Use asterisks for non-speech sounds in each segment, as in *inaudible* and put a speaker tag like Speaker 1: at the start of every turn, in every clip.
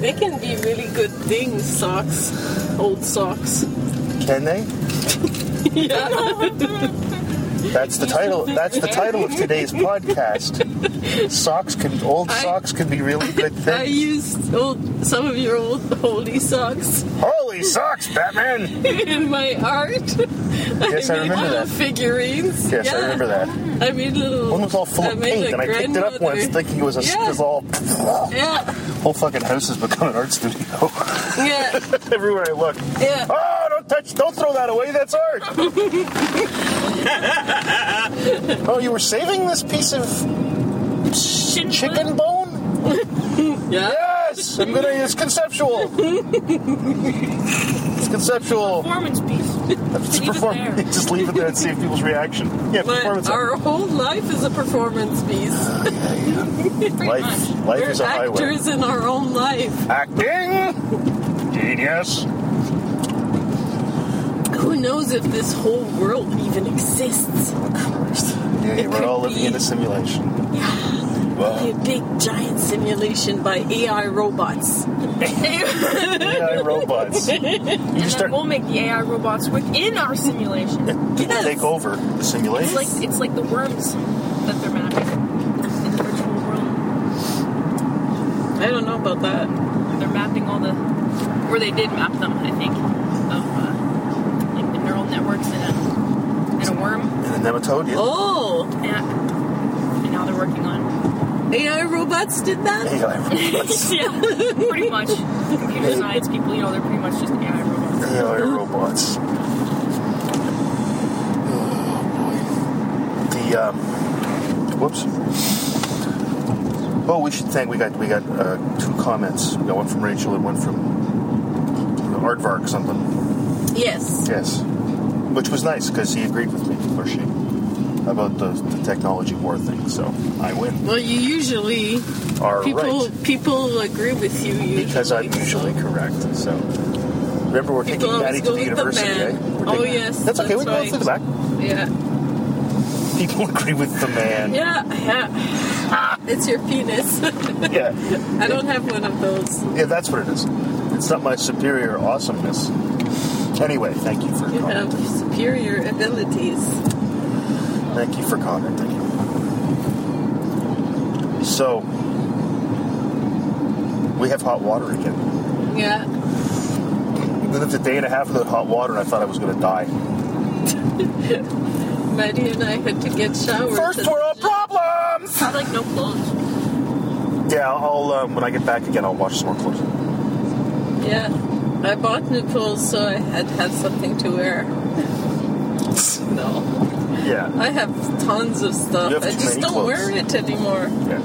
Speaker 1: They can be really good things, socks, old socks.
Speaker 2: Can they?
Speaker 1: Yeah.
Speaker 2: That's the title. That's the title of today's podcast. Socks can old
Speaker 1: I-
Speaker 2: socks can be really good
Speaker 1: I
Speaker 2: things.
Speaker 1: used old, some of your old holy socks *laughs*
Speaker 2: Holy socks, Batman!
Speaker 1: in my art.
Speaker 2: Yes, I
Speaker 1: made
Speaker 2: remember
Speaker 1: little
Speaker 2: that.
Speaker 1: Figurines.
Speaker 2: Yes,
Speaker 1: yeah.
Speaker 2: I remember that.
Speaker 1: I made little.
Speaker 2: One was all full
Speaker 1: I
Speaker 2: of
Speaker 1: made
Speaker 2: paint,
Speaker 1: a
Speaker 2: and I picked it up once
Speaker 1: grandmother.
Speaker 2: thinking it was a
Speaker 1: Yeah.
Speaker 2: it was all.
Speaker 1: Yeah,
Speaker 2: Whole fucking house has become an art studio. *laughs*
Speaker 1: yeah,
Speaker 2: Everywhere I look.
Speaker 1: yeah.
Speaker 2: *laughs* Oh, don't touch! Don't throw that away.
Speaker 1: *laughs*
Speaker 2: That's art. oh, you were saving this piece of
Speaker 1: Shit,
Speaker 2: chicken bone?
Speaker 1: Yeah.
Speaker 2: Yes, I'm gonna. It's conceptual. It's conceptual.
Speaker 3: Performance piece.
Speaker 2: It's
Speaker 3: leave it
Speaker 2: perform-
Speaker 3: there.
Speaker 2: *laughs* Just leave it there and see if people's reaction. Yeah,
Speaker 1: But
Speaker 2: performance. art.
Speaker 1: our whole life is a performance piece.
Speaker 3: *laughs* Pretty
Speaker 2: Life,
Speaker 3: *laughs* much.
Speaker 2: life
Speaker 1: We're
Speaker 2: is a highway.
Speaker 1: actors in our own life.
Speaker 2: Acting, genius.
Speaker 1: Who knows if this whole world even exists?
Speaker 2: Yeah,
Speaker 1: It
Speaker 2: we're all
Speaker 1: could
Speaker 2: living
Speaker 1: be-
Speaker 2: in a simulation.
Speaker 1: A big giant simulation by AI robots.
Speaker 2: AI robots. You
Speaker 3: And then
Speaker 2: just start
Speaker 3: we'll make the AI robots within our simulation. *laughs*
Speaker 2: to
Speaker 1: Yes.
Speaker 2: take over the
Speaker 3: It's
Speaker 2: simulation.
Speaker 3: like it's like the worms that they're mapping in the virtual world.
Speaker 1: I don't know about that.
Speaker 3: They're mapping all the, or they did map them, I think, of uh, like the neural networks in a in a worm
Speaker 2: And the nematode, yeah.
Speaker 1: Oh,
Speaker 3: app, and now they're working on.
Speaker 1: AI robots did that?
Speaker 2: AI robots.
Speaker 3: yeah, *laughs* pretty much. Computer science people, you know, they're pretty much just AI robots.
Speaker 2: AI robots. Oh, boy. The um, whoops. Oh, we should thank we got we got uh, two comments. We got one from Rachel and one from Aardvark something.
Speaker 1: Yes.
Speaker 2: Yes, which was nice because he agreed with me or she about the, the technology war thing. So I win.
Speaker 1: Well, you usually
Speaker 2: Are
Speaker 1: people
Speaker 2: right.
Speaker 1: people agree with you usually.
Speaker 2: because I'm usually correct. So remember, we're taking
Speaker 1: People always
Speaker 2: Maddie to
Speaker 1: go
Speaker 2: the
Speaker 1: with the
Speaker 2: university.
Speaker 1: man.
Speaker 2: eh? We're
Speaker 1: Oh,
Speaker 2: taking-
Speaker 1: yes,
Speaker 2: that's okay. we
Speaker 1: that's
Speaker 2: can go through the back.
Speaker 1: Yeah.
Speaker 2: People *laughs* agree with the man.
Speaker 1: Yeah, yeah. It's your penis. *laughs*
Speaker 2: yeah,
Speaker 1: I don't have one of those.
Speaker 2: Yeah, that's what it is. It's not my superior awesomeness. Anyway, thank you for
Speaker 1: You have
Speaker 2: commenting.
Speaker 1: superior abilities.
Speaker 2: Thank you for commenting. So we have hot water again.
Speaker 1: Yeah.
Speaker 2: We lived a day and a half without hot water, and I thought I was going to die.
Speaker 1: Maddie and I had to get showers.
Speaker 2: First
Speaker 1: and-
Speaker 2: world problems.
Speaker 3: Have like no clothes.
Speaker 2: Yeah, I'll um, when I get back again, I'll wash some more clothes.
Speaker 1: Yeah. I bought nipples so I had had something to wear. *laughs* No.
Speaker 2: Yeah.
Speaker 1: I have tons of stuff.
Speaker 2: You have
Speaker 1: I
Speaker 2: too
Speaker 1: just
Speaker 2: many
Speaker 1: don't
Speaker 2: clothes.
Speaker 1: wear it anymore.
Speaker 2: yeah.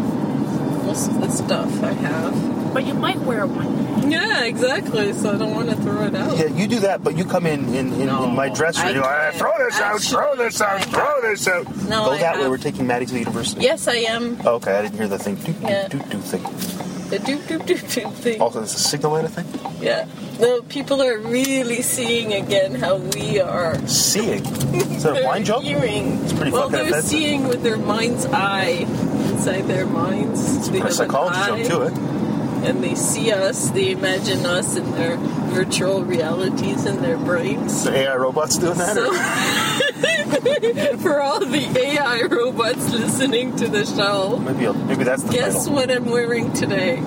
Speaker 1: Most of the stuff I have.
Speaker 3: But you might wear one.
Speaker 1: Yeah, exactly. So I don't want to throw it out.
Speaker 2: *laughs* Yeah, you do that, but you come in in, in, in my
Speaker 1: No,
Speaker 2: dresser.
Speaker 1: I
Speaker 2: You go, "Ah,
Speaker 1: can't.
Speaker 2: throw this
Speaker 1: I
Speaker 2: out, throw
Speaker 1: shouldn't.
Speaker 2: this out,
Speaker 1: I
Speaker 2: throw this out.
Speaker 1: No,
Speaker 2: go
Speaker 1: I
Speaker 2: that way.
Speaker 1: have.
Speaker 2: We're taking Maddie to the university.
Speaker 1: Yes, I am.
Speaker 2: Oh, okay, I didn't hear the thing. Do, do,
Speaker 1: Yeah.
Speaker 2: do, do thing.
Speaker 1: The doop doop doop doop thing.
Speaker 2: Also, there's a signal light, I think.
Speaker 1: Yeah. The people are really seeing again how we are. *laughs*
Speaker 2: Seeing. Is that a
Speaker 1: They're
Speaker 2: blind joke?
Speaker 1: Hearing.
Speaker 2: It's pretty
Speaker 1: well,
Speaker 2: fucking
Speaker 1: they're
Speaker 2: offensive.
Speaker 1: seeing with their mind's eye inside their minds. It's
Speaker 2: A psychology joke to it.
Speaker 1: And they see us. They imagine us in their virtual realities in their brains.
Speaker 2: The AI robots doing that?
Speaker 1: So, *laughs*
Speaker 2: or-
Speaker 1: for all the AI robots listening to the show,
Speaker 2: maybe I'll, maybe that's the
Speaker 1: guess
Speaker 2: title.
Speaker 1: what I'm wearing today? *laughs*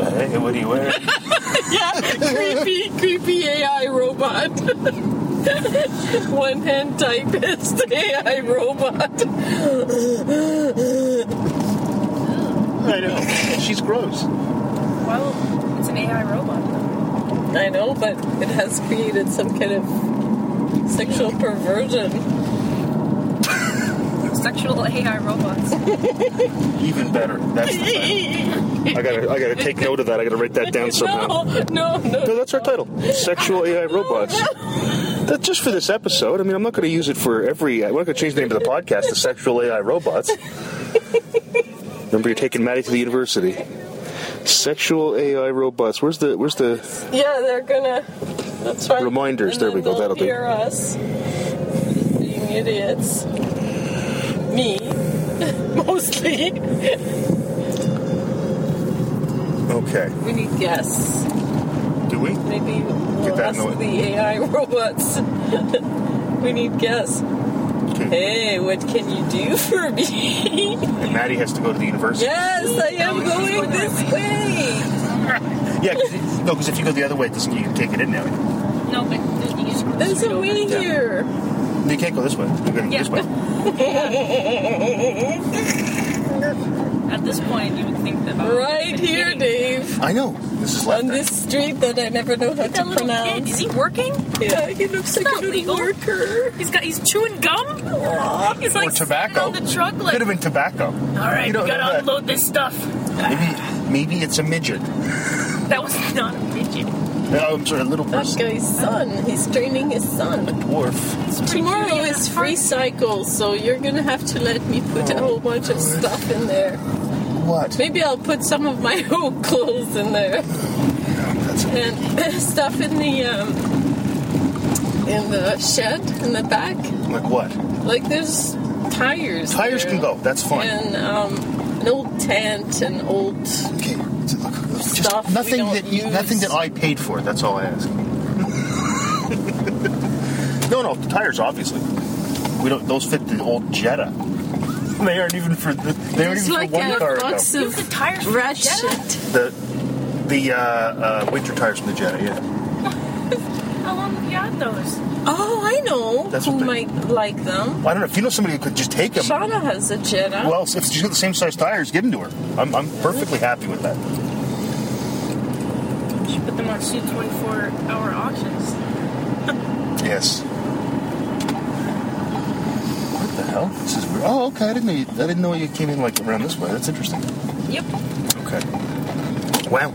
Speaker 2: Hey, what are you wearing?
Speaker 1: yeah, creepy, creepy AI robot. *laughs* One hand typist AI robot.
Speaker 2: I know. She's gross.
Speaker 3: Well, it's an AI robot.
Speaker 1: I know, but it has created some kind of sexual *laughs* perversion.
Speaker 3: Sexual AI robots. *laughs*
Speaker 2: Even better. That's the title. I gotta I gotta take note of that. I gotta write that down
Speaker 1: *laughs*
Speaker 2: somehow.
Speaker 1: no, no,
Speaker 2: No,
Speaker 1: no.
Speaker 2: that's our title. Sexual AI robots. That's just for this episode. I mean, I'm not going to use it for every. I'm not going to change the name of the podcast to Sexual AI Robots. Remember, you're taking Maddie to the university. Sexual AI robots. Where's the? Where's the?
Speaker 1: Yeah, they're gonna That's right.
Speaker 2: Reminders,
Speaker 1: And
Speaker 2: there
Speaker 1: then
Speaker 2: we go,
Speaker 1: they'll
Speaker 2: that'll do.
Speaker 1: hear us being idiots. Me, *laughs* mostly.
Speaker 2: Okay.
Speaker 1: We need guests.
Speaker 2: Do we?
Speaker 1: Maybe
Speaker 2: Get
Speaker 1: we'll
Speaker 2: that
Speaker 1: ask
Speaker 2: noise.
Speaker 1: the AI *laughs* robots. we need guests.
Speaker 2: Okay.
Speaker 1: Hey, what can you do for me? *laughs*
Speaker 2: And Maddie has to go to the university.
Speaker 1: yes, I am going this way.
Speaker 2: Yeah, 'cause it- no, because if you go the other way, it doesn't, you can take it in now.
Speaker 3: No, but you just
Speaker 1: There's a way
Speaker 2: Yeah.
Speaker 1: here.
Speaker 2: You can't go this way. You're going to go
Speaker 3: Yeah.
Speaker 2: this way.
Speaker 3: At this point, you would think that
Speaker 1: Right here, Dave.
Speaker 2: I know. This is left.
Speaker 1: On this street that I never know how
Speaker 3: That
Speaker 1: to
Speaker 3: little kid,
Speaker 1: pronounce.
Speaker 3: is he working?
Speaker 1: Yeah, he looks like
Speaker 3: not
Speaker 1: a little
Speaker 3: legal.
Speaker 1: worker.
Speaker 3: He's got he's chewing gum. he's like
Speaker 2: or tobacco.
Speaker 3: sitting on the truck like.
Speaker 2: Could have been tobacco.
Speaker 3: All right,
Speaker 2: You
Speaker 3: we
Speaker 2: don't
Speaker 3: gotta
Speaker 2: know that.
Speaker 3: unload this stuff.
Speaker 2: Maybe, maybe it's a midget.
Speaker 3: That was not a midget.
Speaker 2: No, I'm sorry, a little
Speaker 1: That
Speaker 2: person.
Speaker 1: guy's son. He's training his son.
Speaker 2: Dwarf.
Speaker 3: It's pretty
Speaker 1: Tomorrow
Speaker 3: cute.
Speaker 1: is free cycle, so you're gonna have to let me put a whole bunch of stuff in there.
Speaker 2: What?
Speaker 1: Maybe I'll put some of my *laughs* old clothes in there
Speaker 2: That's it.
Speaker 1: and *laughs* stuff in the um, in the shed in the back.
Speaker 2: Like what?
Speaker 1: Like there's tires.
Speaker 2: Tires
Speaker 1: there.
Speaker 2: can go. That's fine.
Speaker 1: And um, an old tent and old.
Speaker 2: Okay. so Look, just
Speaker 1: Stuff we
Speaker 2: nothing
Speaker 1: don't
Speaker 2: that you,
Speaker 1: use.
Speaker 2: nothing that I paid for. That's all I ask. *laughs* no, no, the tires obviously. We don't. Those fit the old Jetta. They aren't even for. The, they aren't
Speaker 1: It's
Speaker 2: even
Speaker 1: like
Speaker 2: for one
Speaker 1: a
Speaker 2: car.
Speaker 1: box
Speaker 3: Use the
Speaker 1: of
Speaker 3: tires for
Speaker 1: red
Speaker 3: Jetta?
Speaker 1: shit.
Speaker 2: though. The the uh, uh, winter tires from the Jetta. Yeah.
Speaker 3: How long have you had those?
Speaker 1: Oh, I know
Speaker 2: That's
Speaker 1: who
Speaker 2: what they-
Speaker 1: might like them.
Speaker 2: Well, I don't know if you know somebody who could just take them.
Speaker 1: Shauna has a Jetta.
Speaker 2: Well, if she's got the same size tires, give them to her. I'm, I'm perfectly happy with that.
Speaker 3: You put them on two 24-hour auctions.
Speaker 2: Yes. What the hell? This is weird. Oh, okay. I didn't know. You, I didn't know you came in like around this way. That's interesting.
Speaker 3: Yep.
Speaker 2: Okay. Wow.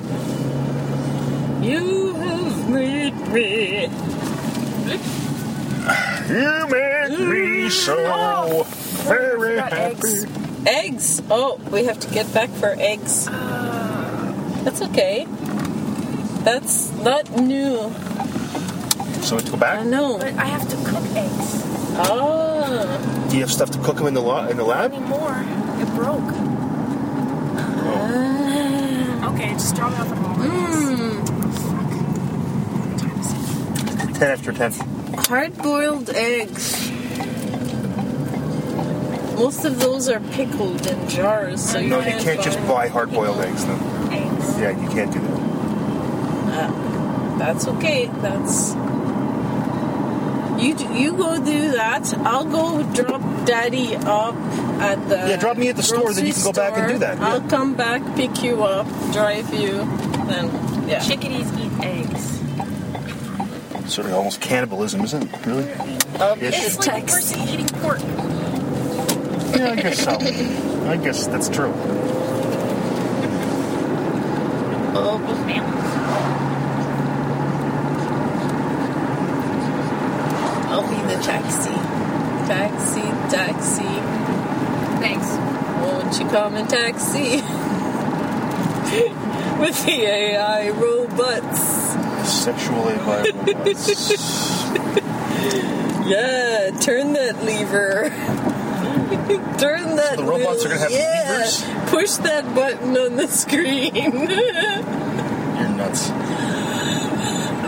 Speaker 1: You have made me.
Speaker 2: You make me so very
Speaker 3: Got eggs.
Speaker 1: Eggs! Oh, we have to get back for eggs.
Speaker 2: Ah.
Speaker 1: That's okay. That's not new.
Speaker 2: So we have to go
Speaker 1: I
Speaker 2: back.
Speaker 1: know.
Speaker 3: But I have to cook eggs.
Speaker 1: Ah.
Speaker 2: Do you have stuff to cook them in the lo- in the
Speaker 3: Not
Speaker 2: lab?
Speaker 3: anymore. It broke.
Speaker 1: Ah.
Speaker 3: Okay, just drop me off at home.
Speaker 1: Hmm.
Speaker 3: What time is it?
Speaker 2: Ten after ten.
Speaker 1: Hard boiled eggs. Most of those are pickled in jars, so you
Speaker 2: No, you
Speaker 1: can't,
Speaker 2: can't just buy hard boiled eggs. Then.
Speaker 3: uh, Eggs.
Speaker 2: Yeah, you can't do that.
Speaker 1: That's okay. That's you. d- You go do that. I'll go drop Daddy up at the
Speaker 2: Yeah, drop me at the store, then you
Speaker 1: grocery
Speaker 2: can go back and do
Speaker 1: store.
Speaker 2: that, yeah.
Speaker 1: I'll come back, pick you up, drive you, then yeah.
Speaker 3: Chickadees eat eggs.
Speaker 2: Sort of almost cannibalism, isn't it? Really?
Speaker 1: Up
Speaker 2: Yes.
Speaker 1: to
Speaker 3: Um, It's like a
Speaker 1: Texas.
Speaker 3: person eating pork.
Speaker 2: Yeah, I guess so. I guess that's true.
Speaker 1: Oh,
Speaker 3: Mammals.
Speaker 1: I'll be the taxi, taxi, taxi.
Speaker 3: Thanks.
Speaker 1: Won't you come and taxi *laughs* with the AI robots?
Speaker 2: Sexually
Speaker 3: *laughs*
Speaker 2: violent.
Speaker 1: Yeah, turn that lever. *laughs* turn that.
Speaker 2: the robots are gonna have
Speaker 1: yeah.
Speaker 2: levers?
Speaker 1: Push that button on the screen. *laughs*
Speaker 2: You're nuts.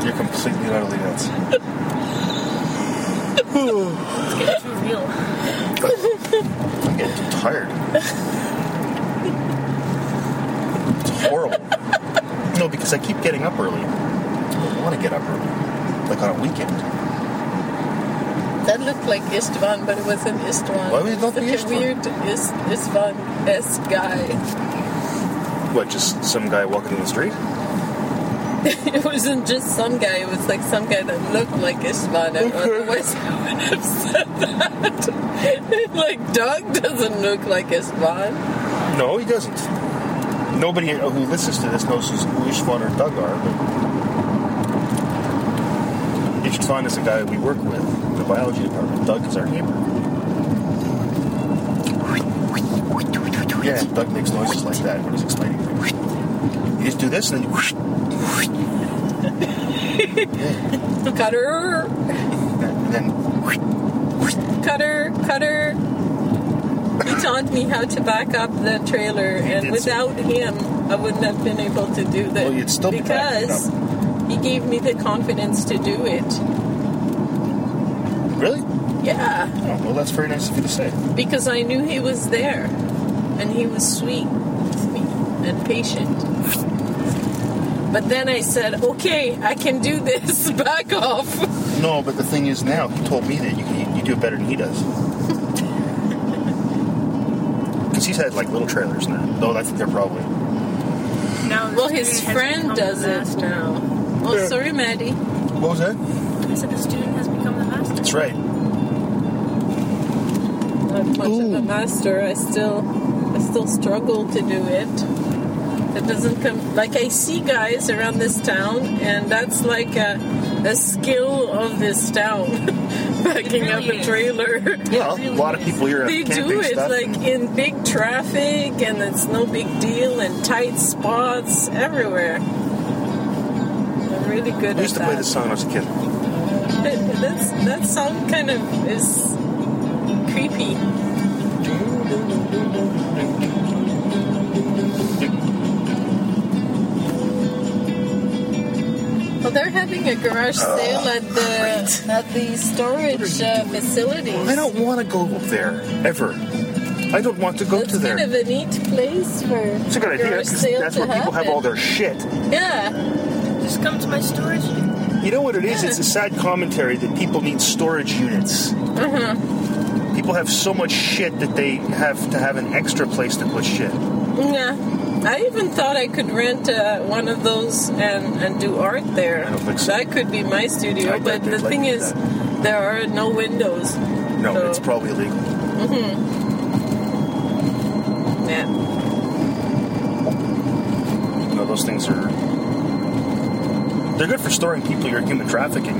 Speaker 2: You're completely and utterly nuts.
Speaker 3: It's getting too real.
Speaker 2: I'm getting too tired. It's horrible. No, because I keep getting up early. I don't want to get up early. Like on a weekend.
Speaker 1: that looked like Istvan, but it wasn't Istvan.
Speaker 2: Why would it not
Speaker 1: It's
Speaker 2: be
Speaker 1: like a
Speaker 2: Istvan?
Speaker 1: weird Ist- Istvan esque guy. *laughs*
Speaker 2: What, just some guy walking in the street?
Speaker 1: It wasn't just some guy. It was like some guy that looked like Istvan. I otherwise I would *laughs* have said that. *laughs* like Doug doesn't look like Istvan.
Speaker 2: No, he doesn't. Nobody who listens to this knows who's- who Ishvan or Doug are, but Ishvan is a guy we work with in the biology department. Doug is our neighbor. Yeah, Doug makes noises like that when he's explaining. things. You just do this and then you.
Speaker 1: cutter,
Speaker 2: And then
Speaker 1: cutter, cutter. He taught me how to back up the trailer, and
Speaker 2: did
Speaker 1: without him, I wouldn't have been able to do that.
Speaker 2: Well, you'd still be backing it
Speaker 1: because he gave me the confidence to do it.
Speaker 2: really?
Speaker 1: Yeah,
Speaker 2: Oh, well, that's very nice of you to say.
Speaker 1: because I knew he was there, and he was sweet to me and patient. But then I said, "Okay, I can do this. *laughs* Back off."
Speaker 2: No, but the thing is now he told me that you you, you do it better than he does. *laughs* Because he's had like little trailers now. Though I think they're probably.
Speaker 3: Now
Speaker 1: Well, his friend does it now. Oh,
Speaker 2: Yeah.
Speaker 1: sorry, Maddie.
Speaker 2: What was that?
Speaker 3: I said the student has become the master.
Speaker 2: That's right.
Speaker 1: Not much of
Speaker 2: Ooh.
Speaker 1: a master. I still, I still struggle to do it. That doesn't come like I see guys around this town, and that's like a, a skill of this town. *laughs* Backing
Speaker 3: It
Speaker 1: up
Speaker 3: really
Speaker 1: a
Speaker 3: is.
Speaker 1: trailer.
Speaker 2: Yeah, a
Speaker 3: really
Speaker 2: lot of
Speaker 3: is.
Speaker 2: people here
Speaker 1: They
Speaker 2: have camping
Speaker 1: do it
Speaker 2: stuff.
Speaker 1: like in big traffic, and it's no big deal, and tight spots everywhere. I'm really good
Speaker 2: I used to
Speaker 1: at
Speaker 2: play
Speaker 1: that.
Speaker 2: this song when I was a kid.
Speaker 1: That, that's, that sound kind of is creepy. Well, they're having a garage sale at the at the storage uh, facilities.
Speaker 2: I don't want to go up there ever. I don't want to go
Speaker 1: That's
Speaker 2: to there.
Speaker 1: kind of a neat place for
Speaker 2: it's a good idea
Speaker 1: garage
Speaker 2: because
Speaker 1: sale
Speaker 2: that's
Speaker 1: to
Speaker 2: where people have
Speaker 1: happen.
Speaker 2: all their shit.
Speaker 1: yeah.
Speaker 3: Just come to my storage.
Speaker 2: You know what it is?
Speaker 1: Yeah.
Speaker 2: It's a sad commentary that people need storage units.
Speaker 1: Uh-huh.
Speaker 2: People have so much shit that they have to have an extra place to put shit.
Speaker 1: Yeah. I even thought I could rent uh, one of those and, and do art there.
Speaker 2: I don't think so.
Speaker 1: That could be my
Speaker 2: I
Speaker 1: studio,
Speaker 2: bet
Speaker 1: but
Speaker 2: they'd
Speaker 1: the
Speaker 2: like
Speaker 1: thing
Speaker 2: to do
Speaker 1: is, there are no windows.
Speaker 2: No,
Speaker 1: So-
Speaker 2: it's probably illegal.
Speaker 1: Yeah.
Speaker 2: No, those things are. They're good for storing people you're human trafficking.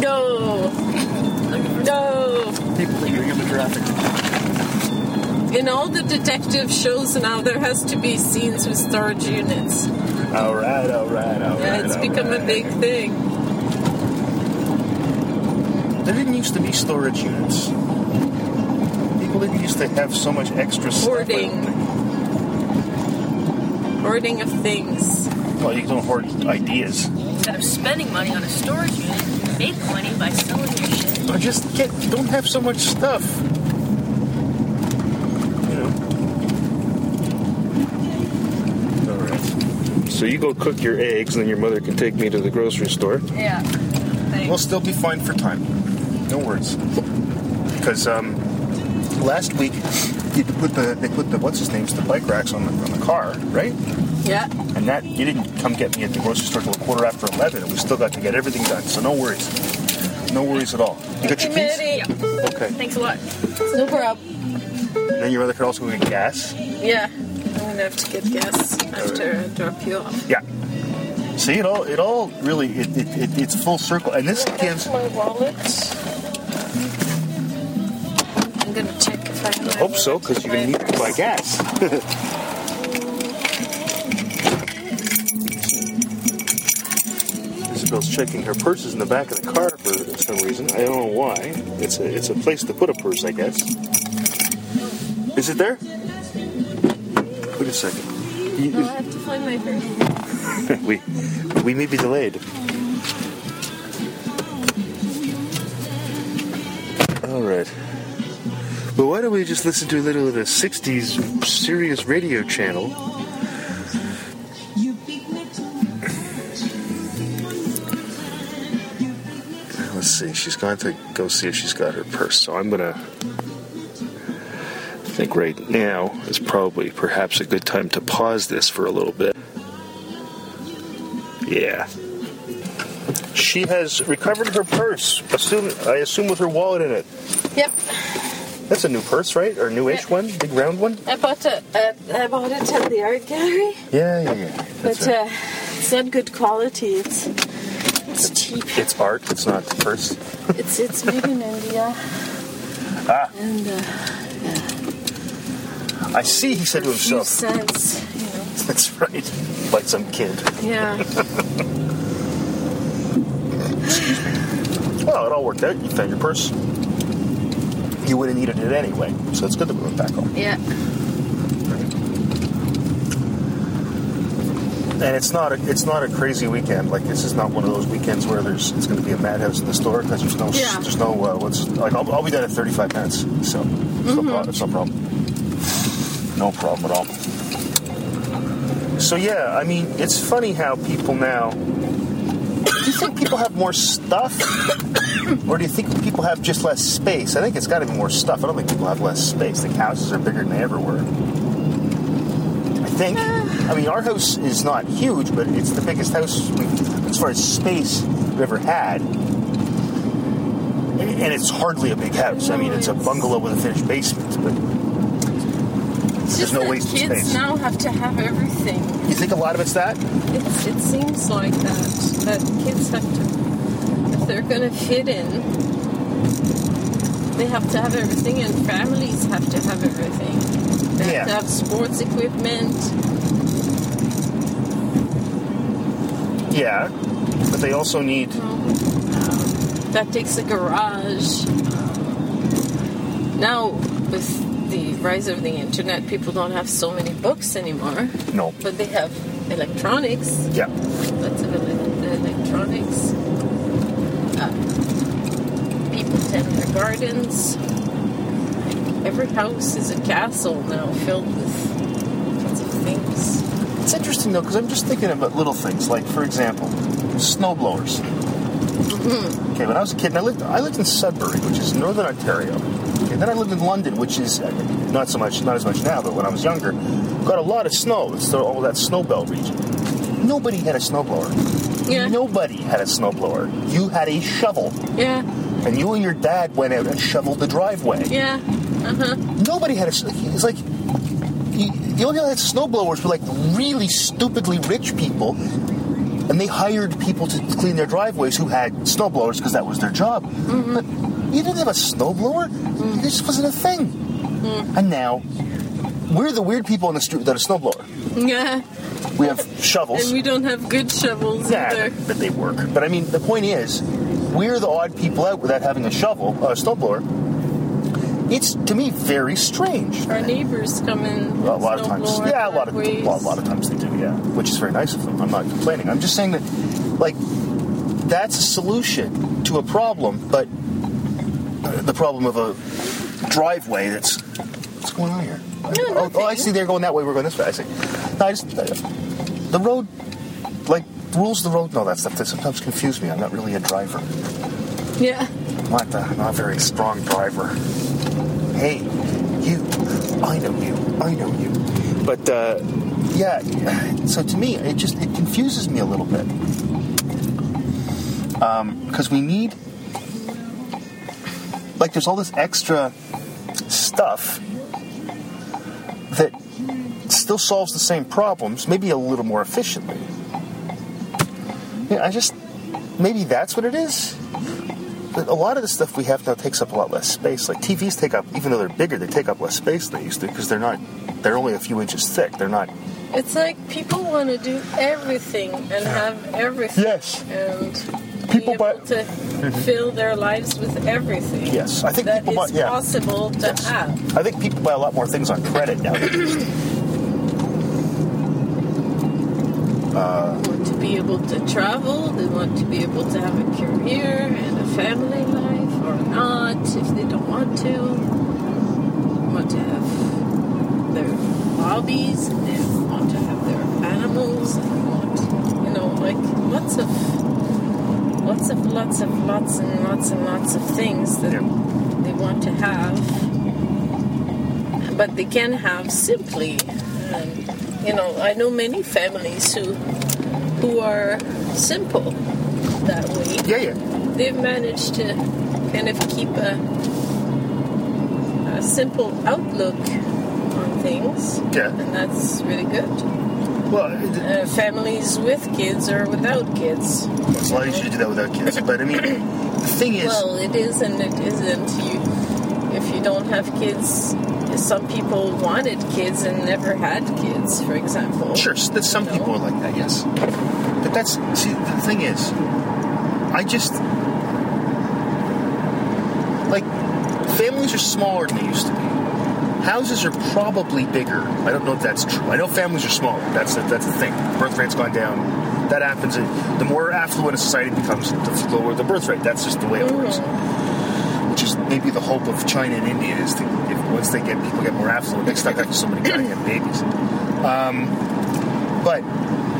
Speaker 1: No. No.
Speaker 2: People you're human trafficking.
Speaker 1: In all the detective shows now, there has to be scenes with storage units.
Speaker 2: All right, all right, all right.
Speaker 1: Yeah, it's
Speaker 2: all
Speaker 1: become a
Speaker 2: right.
Speaker 1: big thing.
Speaker 2: There didn't used to be storage units. People didn't used to have so much extra stuff. I don't
Speaker 1: Hoarding.
Speaker 2: think.
Speaker 1: Hoarding of things.
Speaker 2: Well, you don't hoard ideas.
Speaker 3: Instead of spending money on a storage unit, you make money by selling your shit.
Speaker 2: Or just get don't have so much stuff. You know. All right. So you go cook your eggs, and then your mother can take me to the grocery store.
Speaker 3: Yeah.
Speaker 2: We'll still be fine for time. No worries. Because um, last week you put the they put the what's his name's the bike racks on the on the car, right?
Speaker 1: Yeah.
Speaker 2: And that you didn't come get me at the grocery store till a quarter after eleven, and we still got to get everything done. So no worries. No worries at all. You got your keys?
Speaker 1: Committee.
Speaker 2: Okay.
Speaker 3: Thanks a lot.
Speaker 1: No problem.
Speaker 2: And then your mother could also go get gas.
Speaker 1: Yeah. I'm gonna have to get gas after I drop you off.
Speaker 2: Yeah. See, it all it all really it, it, it it's full circle, and this gives.
Speaker 1: my wallet. I'm gonna check if I have.
Speaker 2: Hope so, because you're gonna need to buy gas. *laughs* Isabel's checking her purses in the back of the car for some reason. I don't know why. It's a it's a place to put a purse, I guess. Is it there? Wait a second. *laughs* You-
Speaker 1: I have to find my purse.
Speaker 2: we we may be delayed. All right. But why don't we just listen to a little of the '60s serious radio channel? Let's see. She's going to go see if she's got her purse. So I'm gonna. I think right now is probably perhaps a good time to pause this for a little bit. Yeah. She has recovered her purse. Assume I assume with her wallet in it.
Speaker 1: Yep.
Speaker 2: That's a new purse, right? Or new-ish one, big round one.
Speaker 1: I bought a, uh, I bought it at the art gallery,
Speaker 2: Yeah, yeah, yeah.
Speaker 1: but uh, it's not good quality. It's it's cheap.
Speaker 2: It's art. It's not the purse.
Speaker 1: It's it's made in India.
Speaker 2: Ah.
Speaker 1: And uh,
Speaker 2: I see. He said to
Speaker 1: a few
Speaker 2: himself,
Speaker 1: cents, you
Speaker 2: *laughs*
Speaker 1: know.
Speaker 2: "That's right." Like some kid.
Speaker 1: Yeah.
Speaker 2: Well, it all worked out. You found your purse. You would have needed it anyway, so it's good that we went back home.
Speaker 4: Yeah.
Speaker 2: And it's not a it's not a crazy weekend. Like this is not one of those weekends where there's it's going to be a madhouse in the store because there's no
Speaker 4: Yeah.
Speaker 2: there's no uh, what's like I'll, I'll be done in 35 minutes, so it's,
Speaker 4: Mm-hmm.
Speaker 2: no problem, it's no problem. No problem at all. So yeah, I mean it's funny how people now. Do you think people have more stuff, or do you think people have just less space? I think it's got to be more stuff. I don't think people have less space. The houses are bigger than they ever were. I think. I mean, our house is not huge, but it's the biggest house we, as far as space we've ever had. And and it's hardly a big house. I mean, it's a bungalow with a finished basement. But
Speaker 4: It's
Speaker 2: *laughs* There's
Speaker 4: just
Speaker 2: no
Speaker 4: that
Speaker 2: wasted
Speaker 4: kids
Speaker 2: space.
Speaker 4: now have to have everything.
Speaker 2: you think a lot of it's that?
Speaker 1: It's, it seems like that that kids have to, if they're going to fit in, they have to have everything, and families have to have everything. They
Speaker 2: Yeah.
Speaker 1: have to have sports equipment.
Speaker 2: Yeah, but they also need.
Speaker 1: um, That takes a garage. Um, Now, with the rise of the internet, people don't have so many books anymore,
Speaker 2: No.
Speaker 1: but they have electronics.
Speaker 2: Yeah.
Speaker 1: lots of ele- electronics. Uh, people tend their gardens. Every house is a castle now, filled with lots of things.
Speaker 2: It's interesting though, because I'm just thinking about little things. Like, for example, snow blowers. Okay, when I was a kid, and I lived, I lived in Sudbury, which is northern Ontario. Okay, then I lived in London, which is uh, not so much, not as much now, but when I was younger, got a lot of snow. It's the, all that snowbelt region. Nobody had a snowblower.
Speaker 1: Yeah.
Speaker 2: Nobody had a snowblower. You had a shovel,
Speaker 1: Yeah,
Speaker 2: and you and your dad went out and shoveled the driveway.
Speaker 1: yeah.
Speaker 2: Nobody had a. s- It's like you, the only other snowblowers were like really stupidly rich people, and they hired people to clean their driveways who had snowblowers because that was their job.
Speaker 1: Mm-hmm.
Speaker 2: But you didn't have a snowblower;
Speaker 1: Mm.
Speaker 2: this wasn't a thing. And now we're the weird people on the street without a snowblower.
Speaker 1: Yeah,
Speaker 2: We
Speaker 1: *laughs*
Speaker 2: have shovels.
Speaker 1: and we don't have good shovels
Speaker 2: Yeah,
Speaker 1: either.
Speaker 2: but they work. But I mean, the point is, we're the odd people out without having a shovel, a snowblower. It's to me very strange.
Speaker 1: Our neighbors come in.
Speaker 2: A lot of
Speaker 1: snow
Speaker 2: times,
Speaker 1: blow our
Speaker 2: yeah, a lot of
Speaker 1: driveways.
Speaker 2: well, a lot of times they do, yeah, which is very nice of them. I'm not complaining. I'm just saying that, like, that's a solution to a problem, but uh, the problem of a driveway that's what's going on here? oh, oh, I
Speaker 1: nothing.
Speaker 2: see. They're going that way. We're going this way. I see. No, I just the road, like rules of the road. No, that stuff that sometimes confuse me. I'm not really a driver.
Speaker 1: Yeah,
Speaker 2: Not the not a very strong driver. Hey, you. I know you. I know you. But uh, yeah, so to me, it just it confuses me a little bit because we need like there's all this extra stuff that still solves the same problems, maybe a little more efficiently. Yeah, I just maybe that's what it is. But a lot of the stuff we have now takes up a lot less space. Like TVs take up, even though they're bigger, they take up less space than they used to because they're not. They're only a few inches thick. They're not.
Speaker 1: it's like people want to do everything and have everything.
Speaker 2: Yes.
Speaker 1: and
Speaker 2: People
Speaker 1: be able
Speaker 2: buy- Mm-hmm.
Speaker 1: to fill their lives with everything.
Speaker 2: Yes, I think
Speaker 1: that
Speaker 2: people
Speaker 1: is
Speaker 2: buy- yeah.
Speaker 1: possible to
Speaker 2: Yes.
Speaker 1: have.
Speaker 2: I think people buy a lot more things on credit now.
Speaker 1: They want to be able to travel. They want to be able to have a career and a family life, or not if they don't want to. They want to have their hobbies. And they want to have their animals. And they want, you know, like lots of. Lots of lots of lots and lots and lots of things that
Speaker 2: Yeah.
Speaker 1: they want to have, but they can have simply. And, you know, I know many families who who are simple that way.
Speaker 2: yeah, yeah.
Speaker 1: They've managed to kind of keep a, a simple outlook on things,
Speaker 2: Yeah.
Speaker 1: and that's really good.
Speaker 2: Well, it-
Speaker 1: Uh, families with kids or without kids.
Speaker 2: it's a lot easier to do that without kids. But I mean, the thing is,
Speaker 1: Well, it is and it isn't. You, if you don't have kids, some people wanted kids and never had kids, for example.
Speaker 2: sure, s- that some
Speaker 1: No.
Speaker 2: people are like that, yes. But that's see, the thing is, I just like families are smaller than they used to be. Houses are probably bigger. I don't know if that's true. I know families are smaller. That's the, that's the thing. Birth rate's gone down. That happens. The more affluent a society becomes, the lower the birth rate. That's just the way it
Speaker 1: Mm-hmm.
Speaker 2: works. Which is maybe the hope of China and India is to, if once they get people get more affluent, they stop having so many goddamn babies. Um, but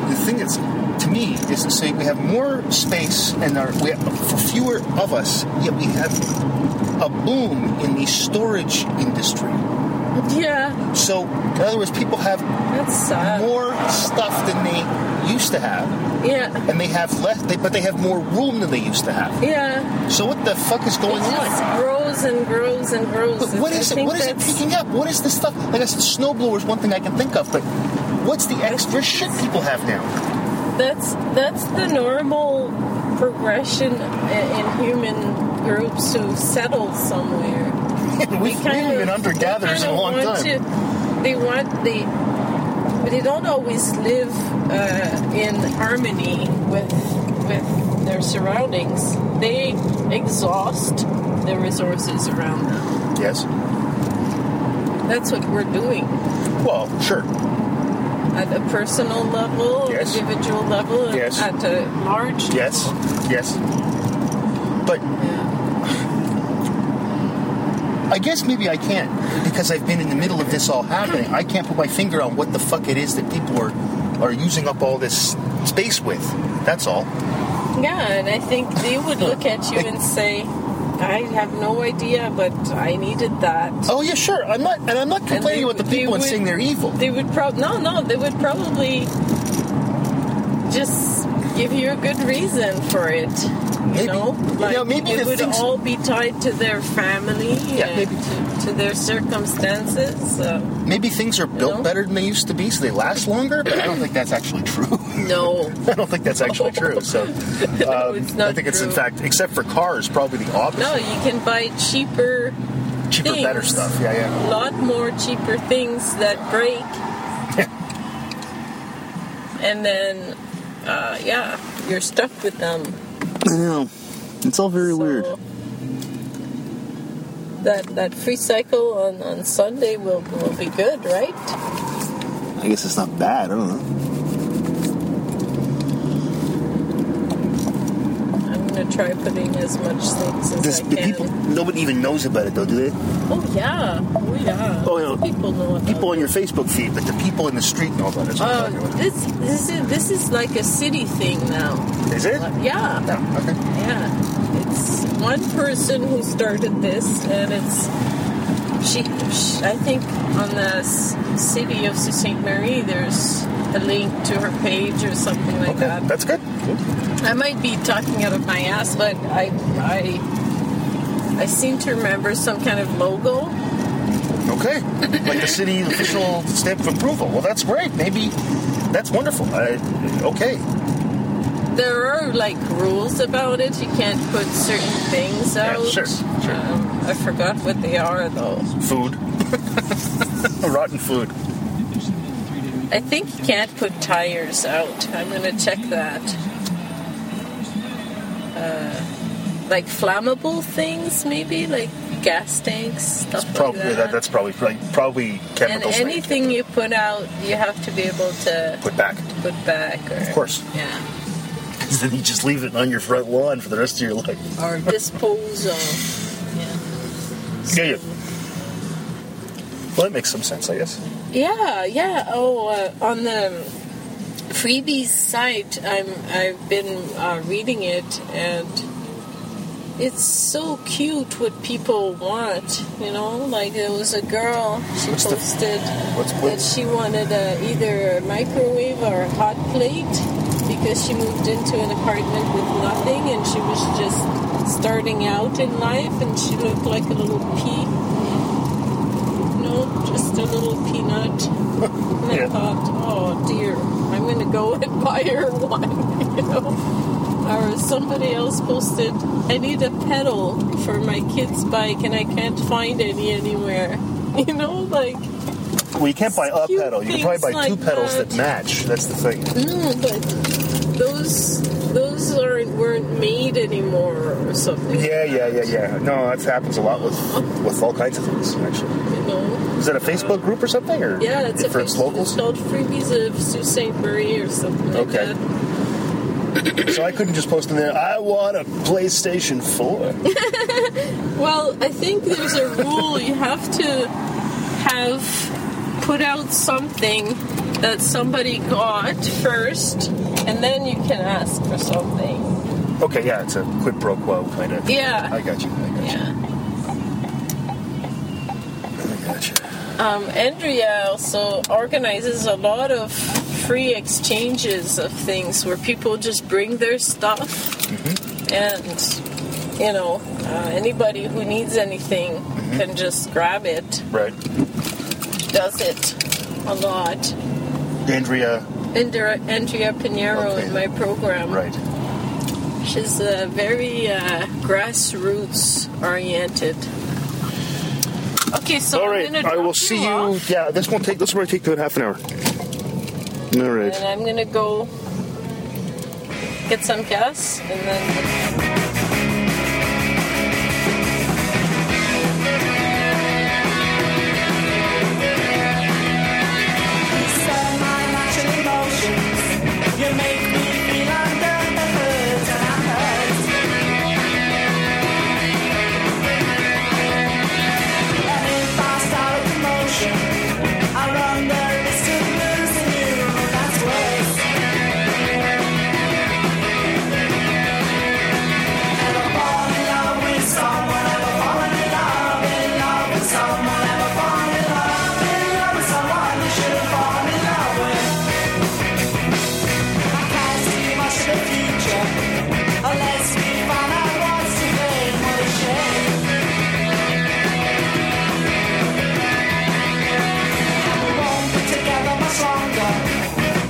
Speaker 2: the thing that's to me is to say we have more space and our, we have for fewer of us, yet we have a boom in the storage industry.
Speaker 1: Yeah,
Speaker 2: So, in other words, people have
Speaker 1: that's sad.
Speaker 2: more stuff than they used to have,
Speaker 1: yeah,
Speaker 2: and they have less, they, but they have more room than they used to have.
Speaker 1: yeah.
Speaker 2: So, what the fuck is
Speaker 1: It
Speaker 2: going
Speaker 1: just
Speaker 2: on?
Speaker 1: grows and grows and grows.
Speaker 2: But what
Speaker 1: I
Speaker 2: is it?
Speaker 1: think
Speaker 2: What is it
Speaker 1: that's-
Speaker 2: picking up? What is this stuff? Like I said, snowblower is one thing I can think of, but what's the extra shit people have now? *laughs*
Speaker 1: that's that's the normal progression i- in human groups who settle somewhere.
Speaker 2: We've really been under gatherers
Speaker 1: they
Speaker 2: in a
Speaker 1: kinda
Speaker 2: long
Speaker 1: want
Speaker 2: time.
Speaker 1: to- they want they, but they don't always live uh, in harmony with with their surroundings. They exhaust the resources around them.
Speaker 2: Yes.
Speaker 1: That's what we're doing
Speaker 2: Well, sure.
Speaker 1: at a personal level,
Speaker 2: Yes.
Speaker 1: individual level, and
Speaker 2: Yes.
Speaker 1: at a large.
Speaker 2: Yes. Yes. But
Speaker 1: Yeah.
Speaker 2: I guess maybe I can't because I've been in the middle of this all happening. I can't put my finger on what the fuck it is that people are are using up all this space with. That's all.
Speaker 1: Yeah, and I think they would look at you and say, "I have no idea, but I needed that."
Speaker 2: Oh yeah, sure. I'm not, and I'm not complaining
Speaker 1: they-
Speaker 2: about the
Speaker 1: they
Speaker 2: people and
Speaker 1: would-
Speaker 2: saying they're evil.
Speaker 1: They would probably no, no. They would probably just give you a good reason for it.
Speaker 2: Maybe.
Speaker 1: You know,
Speaker 2: You
Speaker 1: like
Speaker 2: know, maybe the
Speaker 1: it would
Speaker 2: things-
Speaker 1: all be tied to their family.
Speaker 2: Yeah,
Speaker 1: and
Speaker 2: maybe.
Speaker 1: To, to their circumstances. So.
Speaker 2: Maybe things are built
Speaker 1: know?
Speaker 2: better than they used to be, so they last longer. But I don't think that's actually true. *laughs*
Speaker 1: No.
Speaker 2: I don't think that's actually true. So
Speaker 1: No, it's not
Speaker 2: Um, I think it's in
Speaker 1: true.
Speaker 2: fact, except for cars, probably the
Speaker 1: No,
Speaker 2: opposite.
Speaker 1: you can buy cheaper,
Speaker 2: Cheaper,
Speaker 1: things.
Speaker 2: better stuff. Yeah, yeah.
Speaker 1: a lot more cheaper things that
Speaker 2: *laughs*
Speaker 1: break. and then, uh, yeah, you're stuck with them.
Speaker 2: I know. It's all very
Speaker 1: So, That that free cycle on, on Sunday will will be good, right?
Speaker 2: I guess it's not bad. I don't know.
Speaker 1: I'm gonna try putting as much things as
Speaker 2: This,
Speaker 1: I
Speaker 2: the
Speaker 1: can.
Speaker 2: people, nobody even knows about it though, do they?
Speaker 1: oh yeah, oh yeah.
Speaker 2: Oh, yeah.
Speaker 1: People know about
Speaker 2: people on
Speaker 1: it.
Speaker 2: your Facebook feed, but the people in the street know about it. Is, what I'm
Speaker 1: Oh,
Speaker 2: talking
Speaker 1: this this is this is like a city thing now.
Speaker 2: about. is it?
Speaker 1: Yeah.
Speaker 2: No. Okay.
Speaker 1: Yeah, it's one person who started this, and it's she. she I think on the s- city of Sault Ste. Marie, there's a link to her page or something like
Speaker 2: Okay.
Speaker 1: that.
Speaker 2: That's good.
Speaker 1: I might be talking out of my ass, but I I I seem to remember some kind of logo.
Speaker 2: Okay. like the city official stamp of approval. Well, that's great. Maybe that's wonderful. I, okay.
Speaker 1: There are like rules about it. You can't put certain things
Speaker 2: Yeah,
Speaker 1: out.
Speaker 2: sure, sure.
Speaker 1: Um, I forgot what they are though.
Speaker 2: Food. *laughs* Rotten food.
Speaker 1: I think you can't put tires out. I'm gonna check that. Uh, like flammable things, maybe like gas tanks, stuff
Speaker 2: Probably
Speaker 1: like
Speaker 2: that.
Speaker 1: that.
Speaker 2: That's probably like, probably
Speaker 1: and
Speaker 2: chemicals. that you
Speaker 1: anything you put out, you have to be able to
Speaker 2: put back.
Speaker 1: put back. Or, of
Speaker 2: course.
Speaker 1: Yeah.
Speaker 2: *laughs* Then you just leave it on your front lawn for the rest of your life.
Speaker 1: Or dispose of. Yeah.
Speaker 2: Yeah, yeah. Well, that makes some sense, I guess.
Speaker 1: Yeah, yeah. Oh, uh, on the freebies site, I'm I've been uh, reading it, and it's so cute what people want. You know, like there was a girl she
Speaker 2: What's the-
Speaker 1: posted
Speaker 2: what's- what-
Speaker 1: that she wanted uh, either a microwave or a hot plate because she moved into an apartment with nothing, and she was just starting out in life, and she looked like a little pea. No, just a little peanut. And
Speaker 2: Yeah.
Speaker 1: I thought, oh dear, I'm going to go *laughs* and buy her one, *laughs* you know. Or somebody else posted, I need a pedal for my kid's bike and I can't find any anywhere. *laughs* You know, like,
Speaker 2: Well, you can't buy a
Speaker 1: Cute
Speaker 2: pedal. You can
Speaker 1: things Mm-hmm.
Speaker 2: probably buy two
Speaker 1: like
Speaker 2: pedals
Speaker 1: that.
Speaker 2: that match. That's the thing.
Speaker 1: mm, but those those kids aren't weren't made anymore or something.
Speaker 2: Yeah, yeah, yeah, yeah. No, that happens a lot with with all kinds of things. Actually,
Speaker 1: You know?
Speaker 2: is that a Facebook group or something? Or
Speaker 1: Yeah, it's
Speaker 2: for
Speaker 1: a
Speaker 2: its locals.
Speaker 1: It's called Freebies of Sault Ste. Marie or something like
Speaker 2: Okay.
Speaker 1: that.
Speaker 2: So I couldn't just post in there. I want a PlayStation
Speaker 1: *laughs*
Speaker 2: Four.
Speaker 1: Well, I think there's a rule you have to have put out something that somebody got first, and then you can ask for something.
Speaker 2: okay, yeah, it's a quid pro quo kind of.
Speaker 1: Yeah.
Speaker 2: I got you. I got you.
Speaker 1: Yeah.
Speaker 2: I got you.
Speaker 1: Um, Andrea also organizes a lot of free exchanges of things where people just bring their stuff
Speaker 5: Mm-hmm.
Speaker 1: and, you know, uh, anybody who needs anything
Speaker 5: Mm-hmm.
Speaker 1: can just grab it.
Speaker 2: Right.
Speaker 1: Does it a lot.
Speaker 2: Andrea.
Speaker 1: Andrea, Andrea Pinheiro
Speaker 2: Okay.
Speaker 1: in my program.
Speaker 2: Right.
Speaker 1: She's uh, very uh, grassroots oriented. Okay, so
Speaker 5: All
Speaker 1: I'm
Speaker 5: right,
Speaker 1: gonna
Speaker 5: I will
Speaker 1: drop
Speaker 5: see
Speaker 1: off.
Speaker 5: you. Yeah, this won't take. This will take about half an hour. All right.
Speaker 1: And I'm gonna go get some gas and then.
Speaker 6: Sell my natural emotions. You make me feel under the hood and I'm hurt. And if I start the motion, I run the risk of losing you. That's worse. Ever fall in love with someone? Ever fall in love in love with someone? Ever fall in love in love with someone you shouldn't fall in love with? I can't see much of the future unless we find out what's to blame. What a shame. We won't be together much longer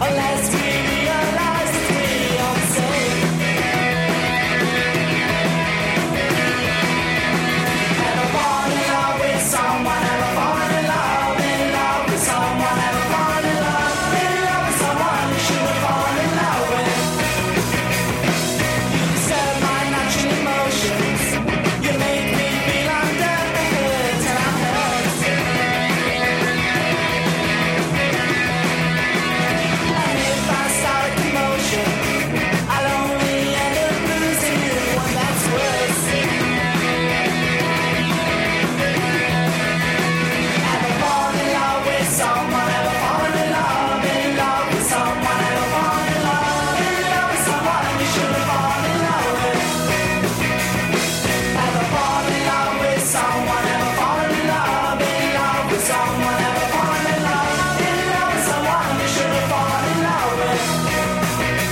Speaker 6: unless we realize that we are safe. Ever fall in love with someone? Ever fall in love? In love with someone? Ever fall in love? In love with someone you shouldn't fall in love with. You disturb my natural emotions. You make me feel under the hood and I'm hurt. And if I start the motion, I'll only end up losing you, and that's worse. Ever fall in love with someone? Ever fall in love? In love with someone? Ever fall in love? In love with someone you shouldn't fall in love with. Ever fall in love with someone? Ever fall in love? In love with someone? Ever fall in love? In love with someone you shouldn't fall in love with.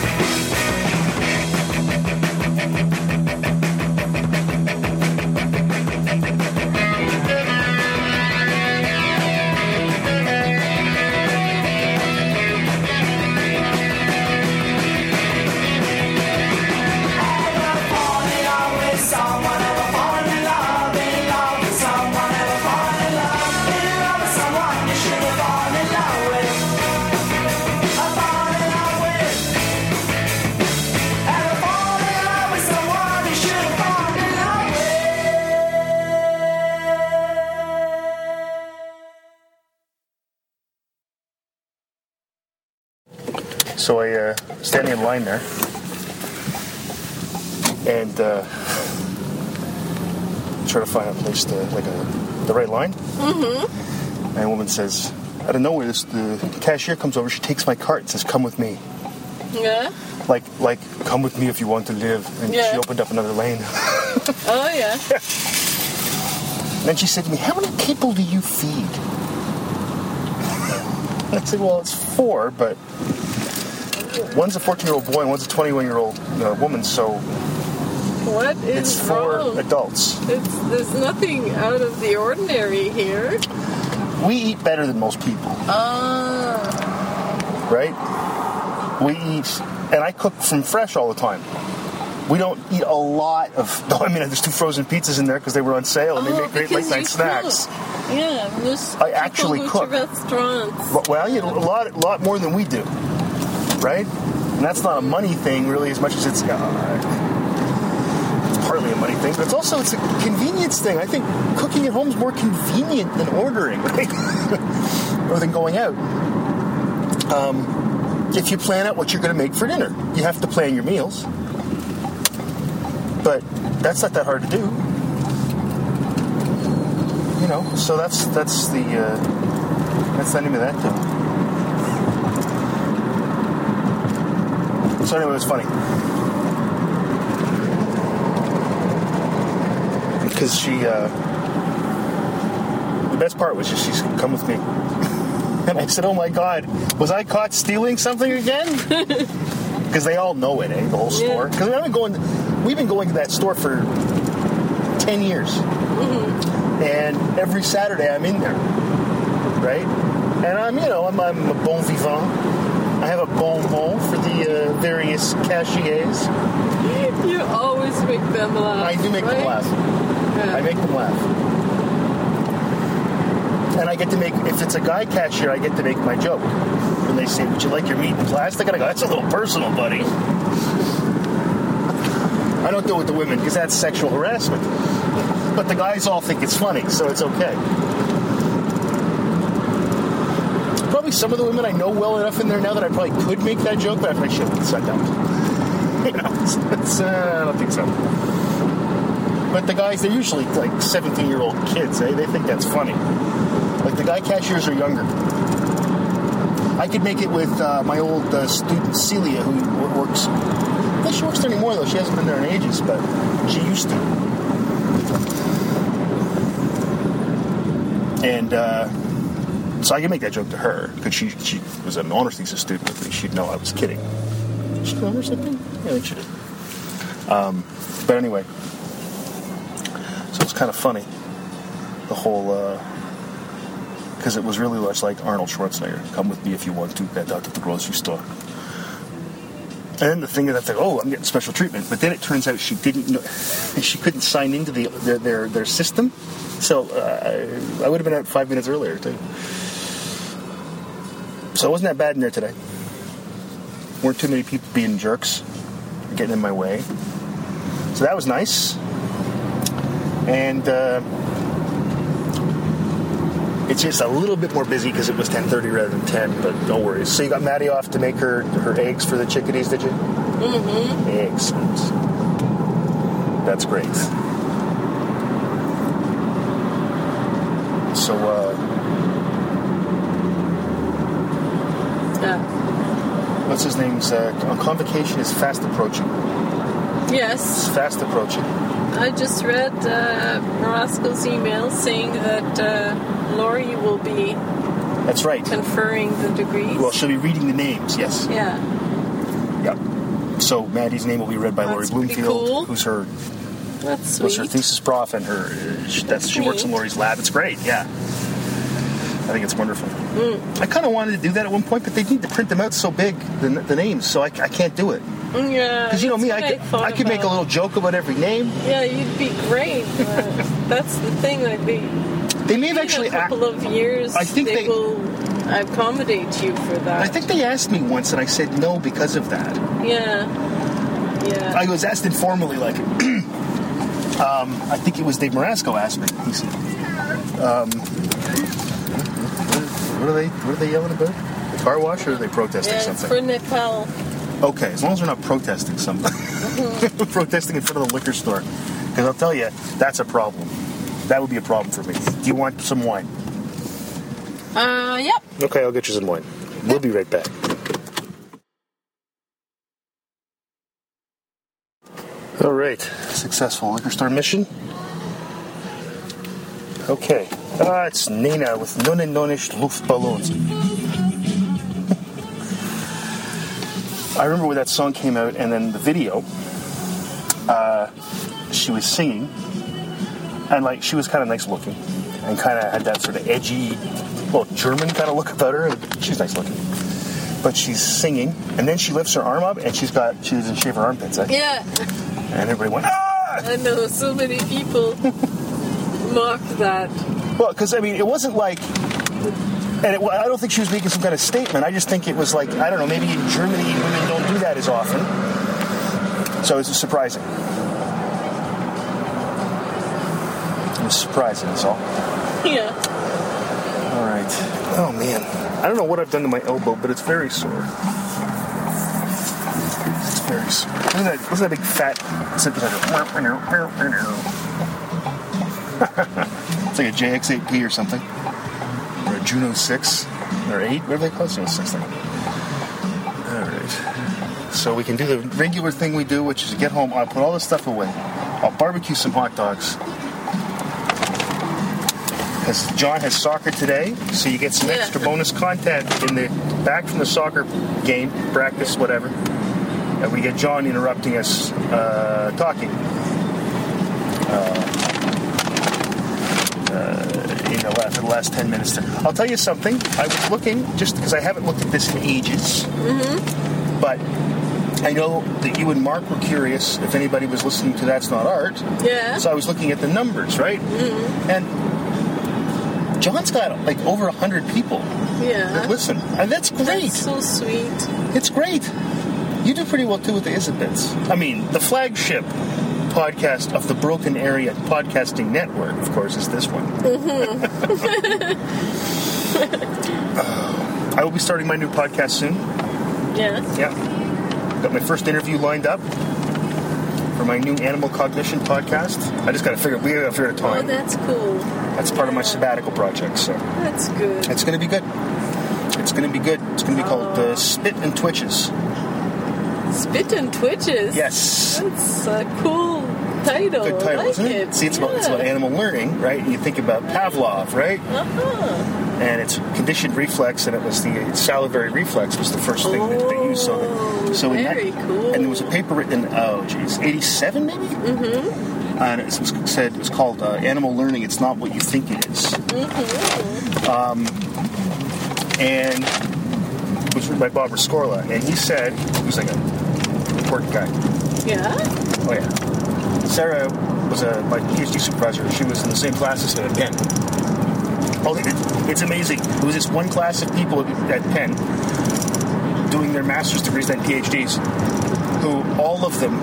Speaker 6: Ever fall in love with someone? Ever fall in love? In love with someone? Ever fall in love? In love with someone you shouldn't fall in love with. I fall in love with. Ever fall in love with someone you shouldn't fall in love with.
Speaker 2: So I uh, standing in line there, and uh, try to find a place to like a the right line. Mm-hmm. And a woman says, out of nowhere, this the cashier comes over. She takes my cart and says, "Come with me."
Speaker 1: Yeah.
Speaker 2: Like like come with me if you want to live. And she
Speaker 1: Yeah.
Speaker 2: opened up another lane.
Speaker 1: Oh yeah.
Speaker 2: Then she said to me, How many people do you feed? I said, Well, it's four, but one's a 14 year old boy and one's a 21 year old uh, woman, so
Speaker 1: What is
Speaker 2: it's four
Speaker 1: wrong?
Speaker 2: adults.
Speaker 1: It's, there's nothing out of the ordinary here.
Speaker 2: We eat better than most people,
Speaker 1: Ah.
Speaker 2: right? We eat, and I cook from fresh all the time. We don't eat a lot of. *laughs* No, I mean, there's two frozen pizzas in there because they were on sale and
Speaker 1: Oh,
Speaker 2: they make great late night snacks.
Speaker 1: Yeah, most
Speaker 2: I actually
Speaker 1: people
Speaker 2: cook.
Speaker 1: go to restaurants.
Speaker 2: But, Well, you know, a lot, a lot more than we do, right? And that's not a money thing really as much as it's uh, it's partly a money thing, but it's also it's a convenience thing. I think cooking at home is more convenient than ordering, *laughs* right? or than going out. Um, if you plan out what you're going to make for dinner, you have to plan your meals. But that's not that hard to do you know, so that's that's the uh, that's the name of that though. So anyway, it was funny because she. Uh, the best part was just she's come with me, *laughs* and I said, "Oh my God, was I caught stealing something again?" Because they all know it, eh? The whole store. Because I've been going, we've been going to that store for ten years and every Saturday I'm in there, right? And I'm, you know, I'm, I'm a bon vivant. I have a bon mot for the uh, various cashiers.
Speaker 1: You always make them laugh.
Speaker 2: I do make them
Speaker 1: Uh, right?
Speaker 2: laugh.
Speaker 1: Yeah.
Speaker 2: I make them laugh. And I get to make, if it's a guy cashier, I get to make my joke. When they say, would you like your meat in plastic? And I go, that's a little personal, buddy. I don't do it with the women because that's sexual harassment. But the guys all think it's funny, so it's okay. Probably some of the women I know well enough in there now that I probably could make that joke, but I probably shouldn't. So I don't. *laughs* You know, it's, it's, uh, I don't think so. But the guys, they're usually like 17 year old kids. Eh? They think that's funny. Like the guy cashiers are younger. I could make it with uh, my old uh, student Celia, who wo- works. I think she works there anymore though. She hasn't been there in ages, but she used to. And uh, so I could make that joke to her because she she was an honors thesis student with me. She'd know I was kidding. She did honors, I think. Yeah, I think she did. Um, but anyway, so it's kind of funny the whole. Uh, because it was really much like Arnold Schwarzenegger. Come with me if you want to get out at the grocery store. And the thing is, I thought, oh, I'm getting special treatment. But then it turns out she didn't know, she couldn't sign into the, their, their their system. So uh, I would have been out five minutes earlier too. So it wasn't that bad in there today. weren't too many people being jerks, getting in my way. So that was nice. And. Uh, it's just a little bit more busy because it was 10:30 rather than 10. But no worries. So you got Maddie off to make her her eggs for the chickadees, did you? Mm-hmm. Excellent. That's great. So uh,
Speaker 1: Yeah.
Speaker 2: what's his name's uh, on convocation is fast approaching. It's
Speaker 1: Yes,
Speaker 2: fast approaching.
Speaker 1: I just read uh, Morasco's email saying that uh, Lori will be
Speaker 2: That's right.
Speaker 1: conferring the degrees.
Speaker 2: Well, she'll be reading the names. Yes.
Speaker 1: yeah,
Speaker 2: Yep. So Maddie's name will be read by Lori
Speaker 1: That's pretty
Speaker 2: Bloomfield,
Speaker 1: cool.
Speaker 2: who's her
Speaker 1: that's
Speaker 2: was
Speaker 1: sweet.
Speaker 2: her thesis prof and her uh, she, that's she works in
Speaker 1: neat.
Speaker 2: Lori's lab. It's great, yeah. I think it's wonderful.
Speaker 1: Mm.
Speaker 2: I kind of wanted to do that at one point, but they need to print them out so big the, the names, so I, I can't do it.
Speaker 1: Uh, yeah,
Speaker 2: Because you know
Speaker 1: that's
Speaker 2: me,
Speaker 1: what
Speaker 2: I could,
Speaker 1: thought
Speaker 2: I could make a
Speaker 1: about.
Speaker 2: little joke about every name.
Speaker 1: Yeah, you'd be great. But that's the thing. Like they,
Speaker 2: They may have
Speaker 1: in
Speaker 2: actually
Speaker 1: a couple
Speaker 2: ac-
Speaker 1: of years,
Speaker 2: I think
Speaker 1: they,
Speaker 2: they-
Speaker 1: will accommodate you for that.
Speaker 2: I think they asked me once, and I said no because of that.
Speaker 1: Yeah, yeah.
Speaker 2: I was asked informally, like, *clears throat* um, I think it was Dave Marasco asked me. He said, um, what are they? What are they yelling about? The car wash, or are they protesting
Speaker 1: yeah, it's
Speaker 2: something?
Speaker 1: for Nepal.
Speaker 2: Okay, as long as we're not protesting something. *laughs* protesting in front of the liquor store. Because I'll tell you, that's a problem. That would be a problem for me. Do you want some wine?
Speaker 1: Uh, yep.
Speaker 5: Okay, I'll get you some wine. We'll be right back. All right.
Speaker 2: Successful liquor store mission. Okay. Ah, it's Nina with Nonne Nonish Luftballons. I remember when that song came out and then the video, uh, she was singing. and like she was kind of nice looking and kind of had that sort of edgy well german kind of look about her she's nice looking but she's singing and then she lifts her arm up and she's got she doesn't shave her armpits eh?
Speaker 1: Yeah,
Speaker 2: and everybody went ah
Speaker 1: I know so many
Speaker 2: *laughs*
Speaker 1: people mock that.
Speaker 2: well because i mean it wasn't like And it, wa- I don't think she was making some kind of statement. I just think it was like, I don't know, maybe in Germany women don't do that as often. So it's surprising. It was surprising, that's all.
Speaker 1: Yeah.
Speaker 2: All right. Oh, man. I don't know what I've done to my elbow, but it's very sore. It's very sore. Wasn't that, wasn't that big fat zip It's like a JX8P or something. Or a Juno 6. Or 8. What are they called? Juno 6 thing. Alright. So we can do the regular thing we do, which is get home. I'll put all this stuff away. I'll barbecue some hot dogs. Because John has soccer today, so you get some
Speaker 1: Yeah.
Speaker 2: extra bonus content in the back from the soccer game, practice, whatever. And we get John interrupting us uh, talking. Uh, in the last, the last 10 minutes. There. I'll tell you something. I was looking, just because I haven't looked at this in ages, but I know that you and Mark were curious if anybody was listening to That's Not Art.
Speaker 1: Yeah.
Speaker 2: So I was looking at the numbers, right? Mm-hmm. And John's got like over 100 people that
Speaker 1: Yeah.
Speaker 2: listen. And that's great.
Speaker 1: That's so sweet.
Speaker 2: It's great. You do pretty well too with the Isabits. I mean, the flagship podcast of the Broken Area Podcasting Network, of course, is this one. Mm-hmm. *laughs* Uh, I will be starting my new podcast soon.
Speaker 1: Yeah.
Speaker 2: Yeah. Got my first interview lined up for my new animal cognition podcast. I just got to figure we got to figure out a
Speaker 1: Oh,
Speaker 2: time.
Speaker 1: that's cool.
Speaker 2: That's part of my sabbatical project, so
Speaker 1: That's good.
Speaker 2: it's going to be good. It's going to be good. It's going to be called uh, Spit and Twitches.
Speaker 1: Spit and twitches.
Speaker 2: Yes.
Speaker 1: That's a cool title.
Speaker 2: good title,
Speaker 1: Oh, I like
Speaker 2: isn't it? See, it's, about, it's about
Speaker 1: Yeah.
Speaker 2: animal learning, right? And you think about Pavlov, right?
Speaker 1: Uh-huh.
Speaker 2: And it's conditioned reflex, and it was the salivary reflex was the first thing that they used. So,
Speaker 1: Oh,
Speaker 2: that, so in
Speaker 1: very
Speaker 2: that,
Speaker 1: cool.
Speaker 2: And there was a paper written, oh, geez, 87 maybe? Mm-hmm. And it was said, it was called uh, Animal Learning, It's Not What You Think It Is. Mm-hmm.
Speaker 1: Mm-hmm.
Speaker 2: Um, and it was written by Bob Rascorla, and he said, he was like a important guy.
Speaker 1: Yeah.
Speaker 2: Oh yeah. Sarah was a my PhD supervisor. She was in the same class as me at Penn. Oh, it, it's amazing. It was this one class of people at, at Penn doing their master's degrees and PhDs, who all of them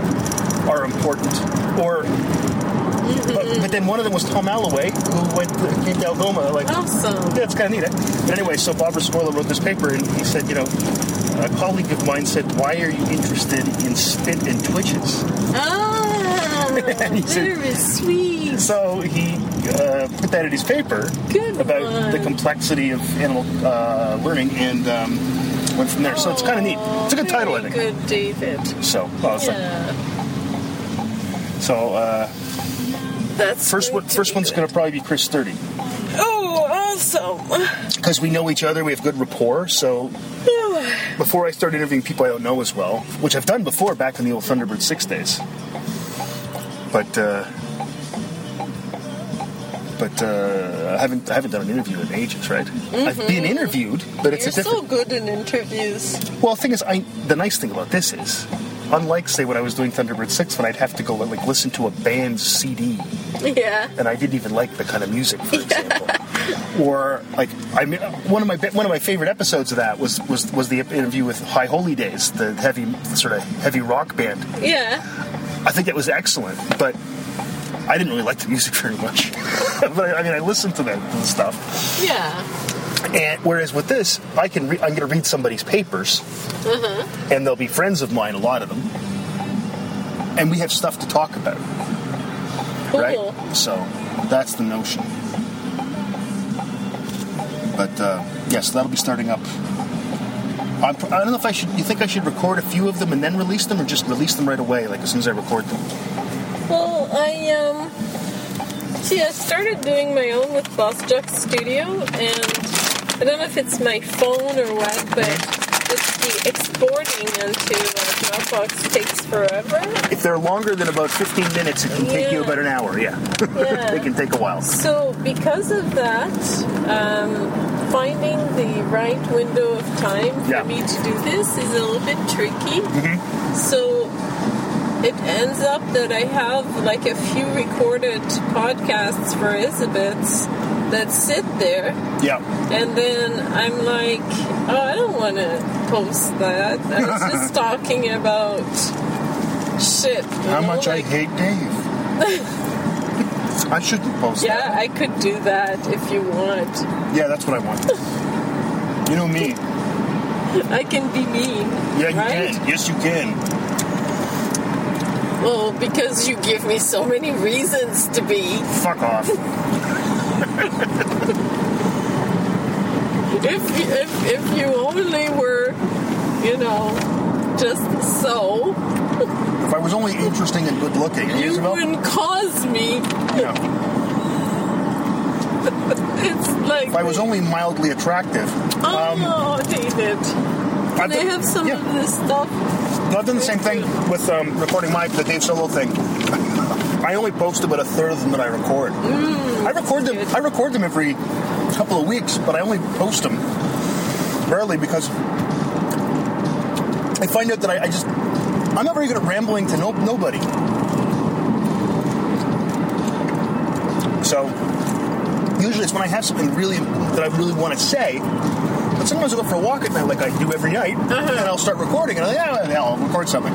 Speaker 2: are important. Or, but, but then one of them was Tom Alloway, who went came to Algoma like
Speaker 1: Awesome.
Speaker 2: *laughs* yeah, it's kind of neat. eh?" But anyway, so Bob Rascorla wrote this paper, and he said, you know, a colleague of mine said, why are you interested in spit and twitches?
Speaker 1: Ah,
Speaker 2: And he said-
Speaker 1: very sweet.
Speaker 2: So he uh, put that in his paper
Speaker 1: Good
Speaker 2: about
Speaker 1: one.
Speaker 2: the complexity of animal uh, learning, and um, went from there. So it's kind of neat. It's a good
Speaker 1: Very
Speaker 2: title, I think.
Speaker 1: Good, David.
Speaker 2: So, well, it's like-
Speaker 1: Yeah.
Speaker 2: so uh,
Speaker 1: That's
Speaker 2: first
Speaker 1: good
Speaker 2: one, first one's
Speaker 1: David.
Speaker 2: going to probably be Chris Sturdy
Speaker 1: Oh, awesome.
Speaker 2: because we know each other, we have good rapport. So before I start interviewing people I don't know as well, which I've done before back in the old Thunderbird Six days. But uh, but uh, I haven't I haven't done an interview in ages, right? I've been interviewed, but it's
Speaker 1: Mm-hmm. You're so
Speaker 2: a different.
Speaker 1: good in interviews.
Speaker 2: Well, the thing is, I the nice thing about this is, unlike say when I was doing Thunderbird Six, when I'd have to go and like listen to a band's CD,
Speaker 1: Yeah.
Speaker 2: and I didn't even like the kind of music, for example. or like I mean, one of my be- one of my favorite episodes of that was was was the interview with High Holy Days, the heavy sort of heavy rock band.
Speaker 1: Yeah.
Speaker 2: I think that was excellent, but I didn't really like the music very much. *laughs* but I, I mean, I listened to that to the stuff.
Speaker 1: Yeah.
Speaker 2: And whereas with this, I can re- I'm going to read somebody's papers,
Speaker 1: Mm-hmm.
Speaker 2: and they'll be friends of mine, a lot of them, and we have stuff to talk about,
Speaker 1: Cool.
Speaker 2: right? So that's the notion. But uh, yes, that'll be starting up. I'm, pr- I don't know if I should. You think I should record a few of them and then release them, or just release them right away, like as soon as I record them?
Speaker 1: Well, I um see I started doing my own with Boss Jock Studio and I don't know if it's my phone or what, but just the exporting onto uh, Dropbox takes forever.
Speaker 2: If they're longer than about 15 minutes, it can take you
Speaker 1: Yeah.
Speaker 2: about an hour, yeah. *laughs*
Speaker 1: Yeah.
Speaker 2: they can take a while.
Speaker 1: So because of that, um, finding the right window of time for
Speaker 2: Yeah. Mm-hmm.
Speaker 1: me to do this is a little bit tricky. So it ends up that I have like a few recorded podcasts for Elizabeth's that sit there,
Speaker 2: Yeah.
Speaker 1: and then I'm like, oh, I don't want to post that. I was
Speaker 2: *laughs*
Speaker 1: just talking about shit. you
Speaker 2: How
Speaker 1: know,
Speaker 2: much I
Speaker 1: like-
Speaker 2: hate Dave. I shouldn't post
Speaker 1: Yeah,
Speaker 2: that.
Speaker 1: I could do that if you want.
Speaker 2: Yeah, that's what I want. you know me.
Speaker 1: I can be mean.
Speaker 2: Yeah, you
Speaker 1: right?
Speaker 2: can. Yes, you can.
Speaker 1: Well, because you give me so many reasons to be.
Speaker 2: Fuck off.
Speaker 1: If if if you only were, you know, just so,
Speaker 2: if I was only interesting and good looking,
Speaker 1: you
Speaker 2: Isabel?
Speaker 1: wouldn't cause me.
Speaker 2: No.
Speaker 1: It's like
Speaker 2: If I was only mildly attractive,
Speaker 1: Oh
Speaker 2: um,
Speaker 1: no, David!
Speaker 2: I've
Speaker 1: They
Speaker 2: done-
Speaker 1: have some
Speaker 2: yeah.
Speaker 1: of this stuff.
Speaker 2: Well, I've done the same thing with um, recording my the Dave Solo thing. I only post about a third of them that I record. I record them.
Speaker 1: good.
Speaker 2: I record them every couple of weeks, but I only post them rarely because I find out that I, I just I'm not very good at rambling to no, nobody. So usually it's when I have something really that I really want to say. But sometimes I go for a walk at night, like I do every night,
Speaker 1: Uh-huh.
Speaker 2: and I'll start recording, and I'm like, oh, hell, I'll record something.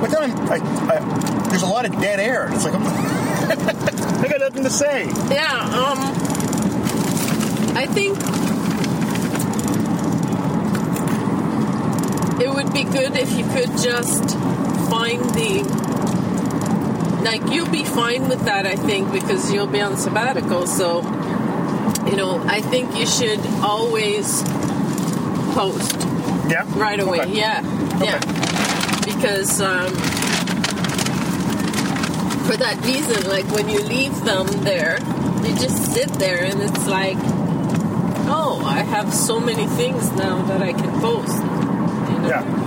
Speaker 2: But then I'm, I, I, there's a lot of dead air. It's like *laughs* I got nothing to say.
Speaker 1: Yeah, um, I think it would be good if you could just find the. Like, you'll be fine with that, I think, because you'll be on sabbatical, so, you know, I think you should always post
Speaker 2: Yeah.
Speaker 1: right away.
Speaker 2: Okay.
Speaker 1: Yeah,
Speaker 2: Okay.
Speaker 1: yeah. Because um, for that reason, like when you leave them there, you just sit there and it's like, oh, I have so many things now that I can post. You know?
Speaker 2: Yeah.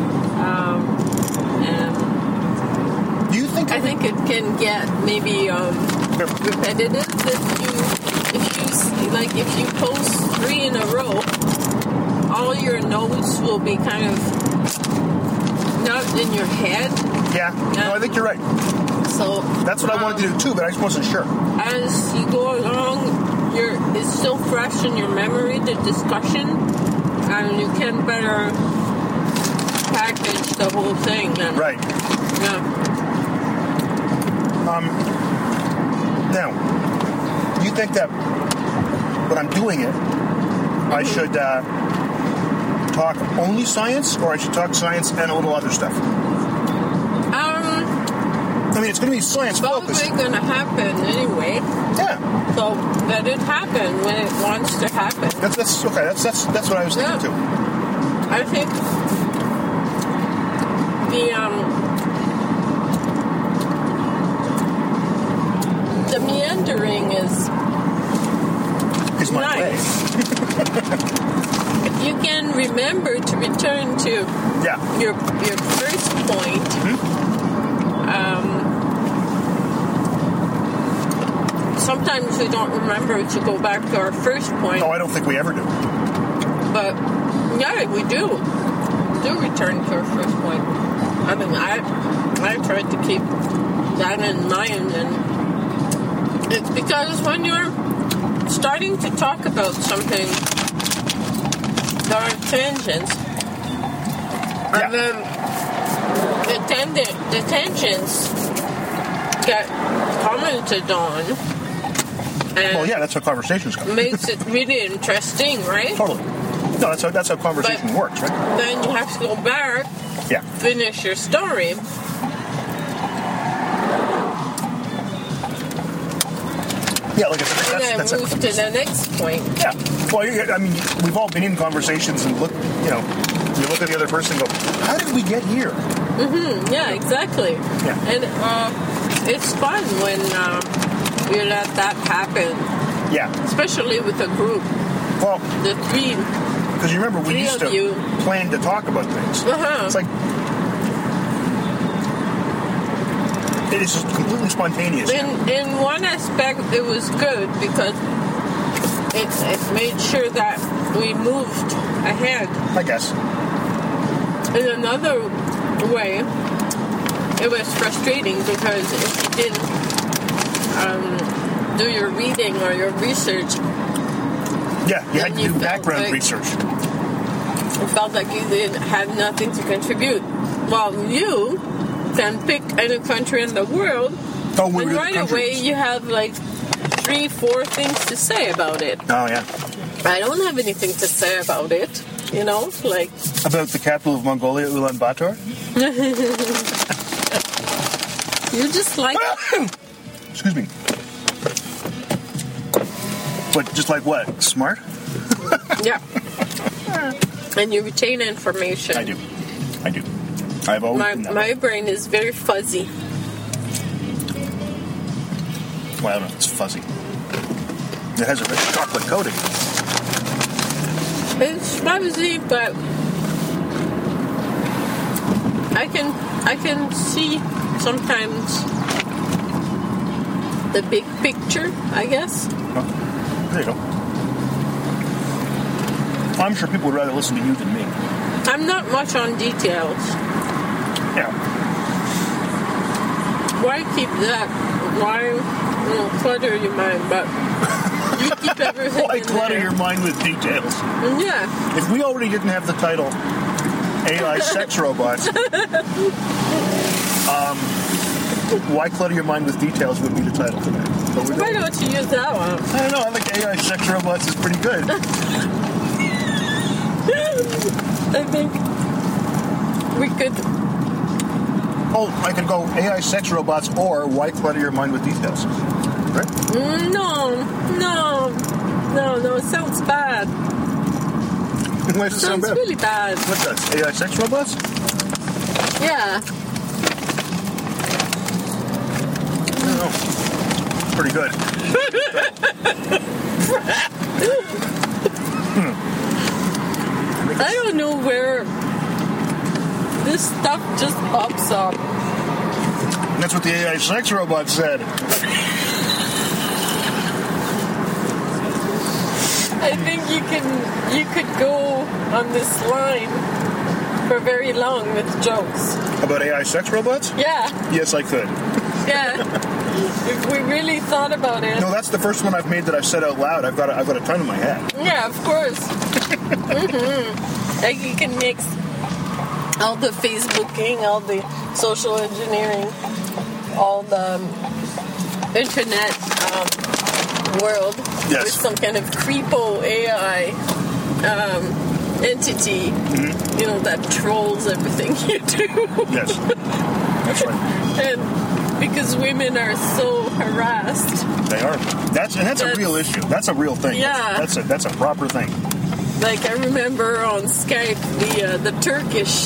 Speaker 1: And
Speaker 2: Do you think?
Speaker 1: I think it can get maybe um,
Speaker 2: Here.
Speaker 1: repetitive if you if you s- like if you post three in a row all your notes will be kind of not in your head
Speaker 2: Yeah. No, I think you're right.
Speaker 1: so
Speaker 2: That's what I wanted to do too, but I just wasn't sure.
Speaker 1: as you go along you're it's so fresh in your memory the discussion and you can better package the whole thing then
Speaker 2: Right.
Speaker 1: yeah.
Speaker 2: Now, do you think that when I'm doing it, I
Speaker 1: Mm-hmm.
Speaker 2: should uh, talk only science, or I should talk science and a little other stuff?
Speaker 1: um
Speaker 2: I mean, it's going to be science
Speaker 1: probably
Speaker 2: focused.
Speaker 1: gonna happen anyway
Speaker 2: Yeah,
Speaker 1: so let it happen when it wants to happen
Speaker 2: that's that's okay. That's that's that's what I was thinking too.
Speaker 1: I think the um the meandering is
Speaker 2: Is my
Speaker 1: nice.
Speaker 2: way.
Speaker 1: if you can remember to return to
Speaker 2: Yeah,
Speaker 1: your your first point, um, sometimes we don't remember to go back to our first point,
Speaker 2: no, Oh, I don't think we ever do.
Speaker 1: but yeah, we do do return to our first point. I mean, I I tried to keep that in mind, and it's because when you're starting to talk about something, there are tangents,
Speaker 2: Yeah.
Speaker 1: and then uh, the tangent the tangents get commented on, and
Speaker 2: Well, yeah, that's how conversations come.
Speaker 1: makes it really interesting, right?
Speaker 2: Totally. No, that's how that's how conversation
Speaker 1: But-
Speaker 2: works, right?
Speaker 1: Then you have to go back
Speaker 2: Yeah.
Speaker 1: finish your story.
Speaker 2: Yeah, like I said,
Speaker 1: And
Speaker 2: that's,
Speaker 1: then
Speaker 2: that's
Speaker 1: move
Speaker 2: it.
Speaker 1: to the next point.
Speaker 2: Yeah. Well, you- I mean, we've all been in conversations and look, you know, you look at the other person and go, how did we get here?
Speaker 1: Yeah, exactly.
Speaker 2: Yeah.
Speaker 1: And uh, it's fun when uh, you let that happen,
Speaker 2: Yeah.
Speaker 1: especially with a group,
Speaker 2: Well,
Speaker 1: the three.
Speaker 2: because you remember we
Speaker 1: Three
Speaker 2: used
Speaker 1: of
Speaker 2: to
Speaker 1: you.
Speaker 2: plan to talk about things.
Speaker 1: Uh-huh.
Speaker 2: It's like it is just completely spontaneous.
Speaker 1: In in one aspect, it was good because it it made sure that we moved ahead.
Speaker 2: I guess.
Speaker 1: In another way, it was frustrating because if you didn't um, do your reading or your research,
Speaker 2: Yeah, you had
Speaker 1: And
Speaker 2: to
Speaker 1: you
Speaker 2: do
Speaker 1: felt
Speaker 2: background
Speaker 1: like-
Speaker 2: research.
Speaker 1: it felt like you didn't have nothing to contribute. Well, you can pick any country in the world,
Speaker 2: Oh, we were
Speaker 1: and
Speaker 2: the
Speaker 1: right
Speaker 2: country.
Speaker 1: away you have like three, four things to say about it.
Speaker 2: Oh yeah,
Speaker 1: I don't have anything to say about it, you know, like
Speaker 2: about the capital of Mongolia, Ulaanbaatar.
Speaker 1: you just
Speaker 2: *laughs*
Speaker 1: like
Speaker 2: Excuse me. But just like what? Smart?
Speaker 1: yeah, and you retain information.
Speaker 2: I do. I do. I've always
Speaker 1: My,
Speaker 2: been that
Speaker 1: my
Speaker 2: way.
Speaker 1: brain is very fuzzy.
Speaker 2: Well, I don't know. It's fuzzy. It has a red chocolate coating.
Speaker 1: It's fuzzy, but I can I can see sometimes the big picture. I guess.
Speaker 2: There you go. I'm sure people would rather listen to you than me.
Speaker 1: I'm not much on details.
Speaker 2: Yeah.
Speaker 1: Why keep that? Why you know, clutter your mind? But you
Speaker 2: *laughs*
Speaker 1: keep everything.
Speaker 2: Why
Speaker 1: in
Speaker 2: clutter
Speaker 1: there.
Speaker 2: your mind with details?
Speaker 1: Yeah,
Speaker 2: If we already didn't have the title AI Sex Robots, um, Why Clutter Your Mind with Details would be the title today. But we
Speaker 1: why
Speaker 2: don't.
Speaker 1: don't you use that one? *laughs*
Speaker 2: I don't know, I think AI Sex Robots is pretty good.
Speaker 1: I think we could.
Speaker 2: Oh, I could go AI sex robots or why clutter your mind with details? Right?
Speaker 1: mm, No, no, no, no. It sounds bad.
Speaker 2: Why does it sound
Speaker 1: Sounds
Speaker 2: bad?
Speaker 1: really bad.
Speaker 2: What does? AI sex robots?
Speaker 1: Yeah.
Speaker 2: I don't know. Pretty good.
Speaker 1: I don't know where this stuff just pops up.
Speaker 2: And that's what the AI sex robot said.
Speaker 1: I think you can you could go on this line for very long with jokes.
Speaker 2: About AI sex robots?
Speaker 1: Yeah,
Speaker 2: Yes, I could.
Speaker 1: yeah. if we really thought about it.
Speaker 2: No, that's the first one I've made that I've said out loud. I've got a, I've got a ton in my head.
Speaker 1: Yeah, of course. hmm Like you can mix all the Facebooking, all the social engineering, all the um, internet um, world
Speaker 2: Yes.
Speaker 1: with some kind of creepo AI um, entity, you know, that trolls everything *laughs* you do.
Speaker 2: Yes. That's right.
Speaker 1: and because women are so harassed,
Speaker 2: They are. That's and that's a
Speaker 1: That's-
Speaker 2: real issue. That's a real thing.
Speaker 1: Yeah.
Speaker 2: That's a that's a proper thing.
Speaker 1: Like I remember on Skype, the uh, the Turkish,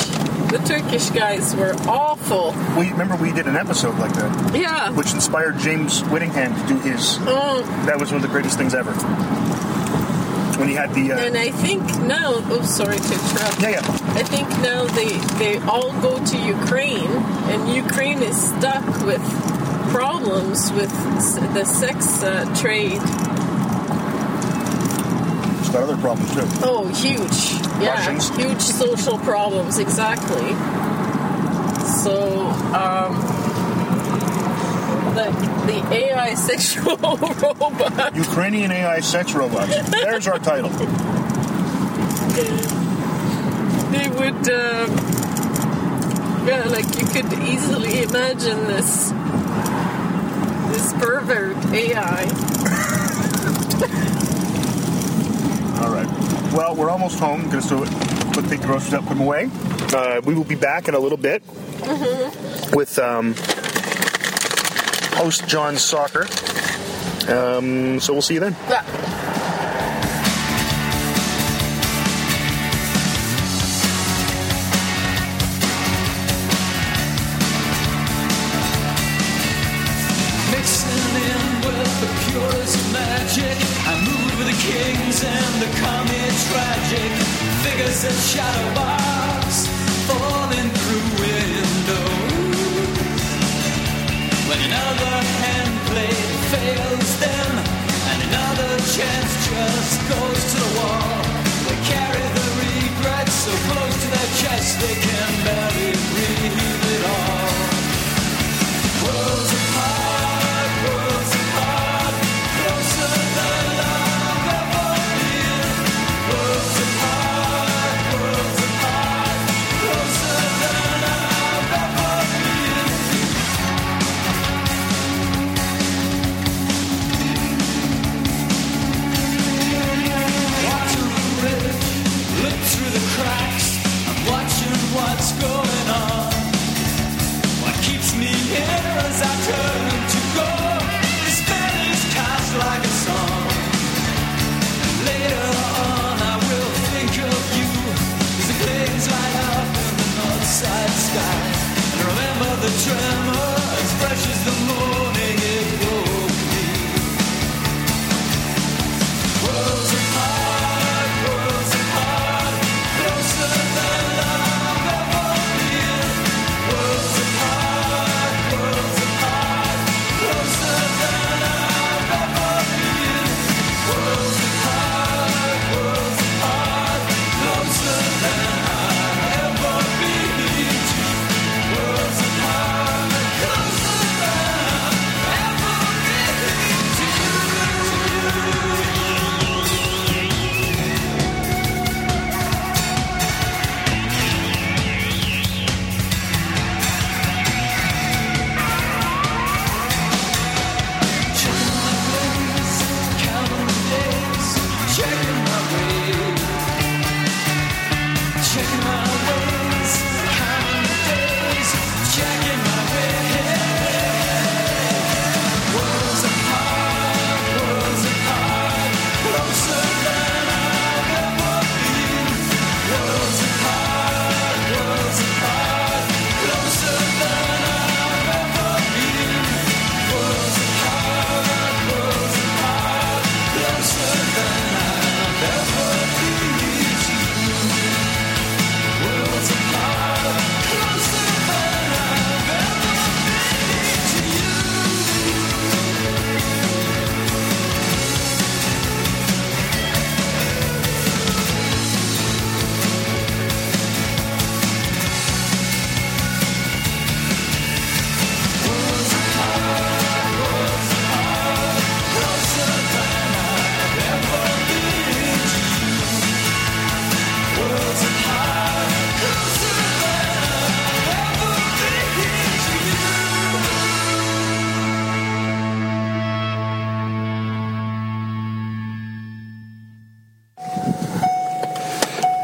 Speaker 1: the Turkish guys were awful.
Speaker 2: We remember we did an episode like that,
Speaker 1: Yeah.
Speaker 2: which inspired James Whittingham to do his
Speaker 1: Oh,
Speaker 2: That was one of the greatest things ever. When he had the uh,
Speaker 1: and I think now. Oh, sorry to interrupt.
Speaker 2: yeah yeah
Speaker 1: I think now they they all go to Ukraine, and Ukraine is stuck with problems with s- the sex uh, trade.
Speaker 2: it's got other problems too.
Speaker 1: Oh, huge. Yeah,
Speaker 2: Russians.
Speaker 1: huge social problems, exactly. So, um, like the AI *laughs* sexual robot.
Speaker 2: Ukrainian AI sex robots. There's our title.
Speaker 1: They would, um, yeah, like you could easily imagine this this pervert AI.
Speaker 2: All right. Well, we're almost home. Gonna do it. Put the groceries up, put them away. Uh, we will be back in a little bit with um, host John Soccer. Um, so we'll see you then.
Speaker 7: Mixing in with the purest magic. I move with the kings and the comic tragic. Figures that shadow box falling through windows. When another hand play fails them, and another chance just goes to the wall. They carry the regrets so close to their chest they can barely breathe it all. a tremor as fresh as the morning it woke me. Worlds apart, worlds apart, closer than I've ever been. Worlds apart, worlds apart, closer than I've ever been. Worlds apart, worlds apart, closer than I've ever been. Worlds apart, closer than I've ever been to you.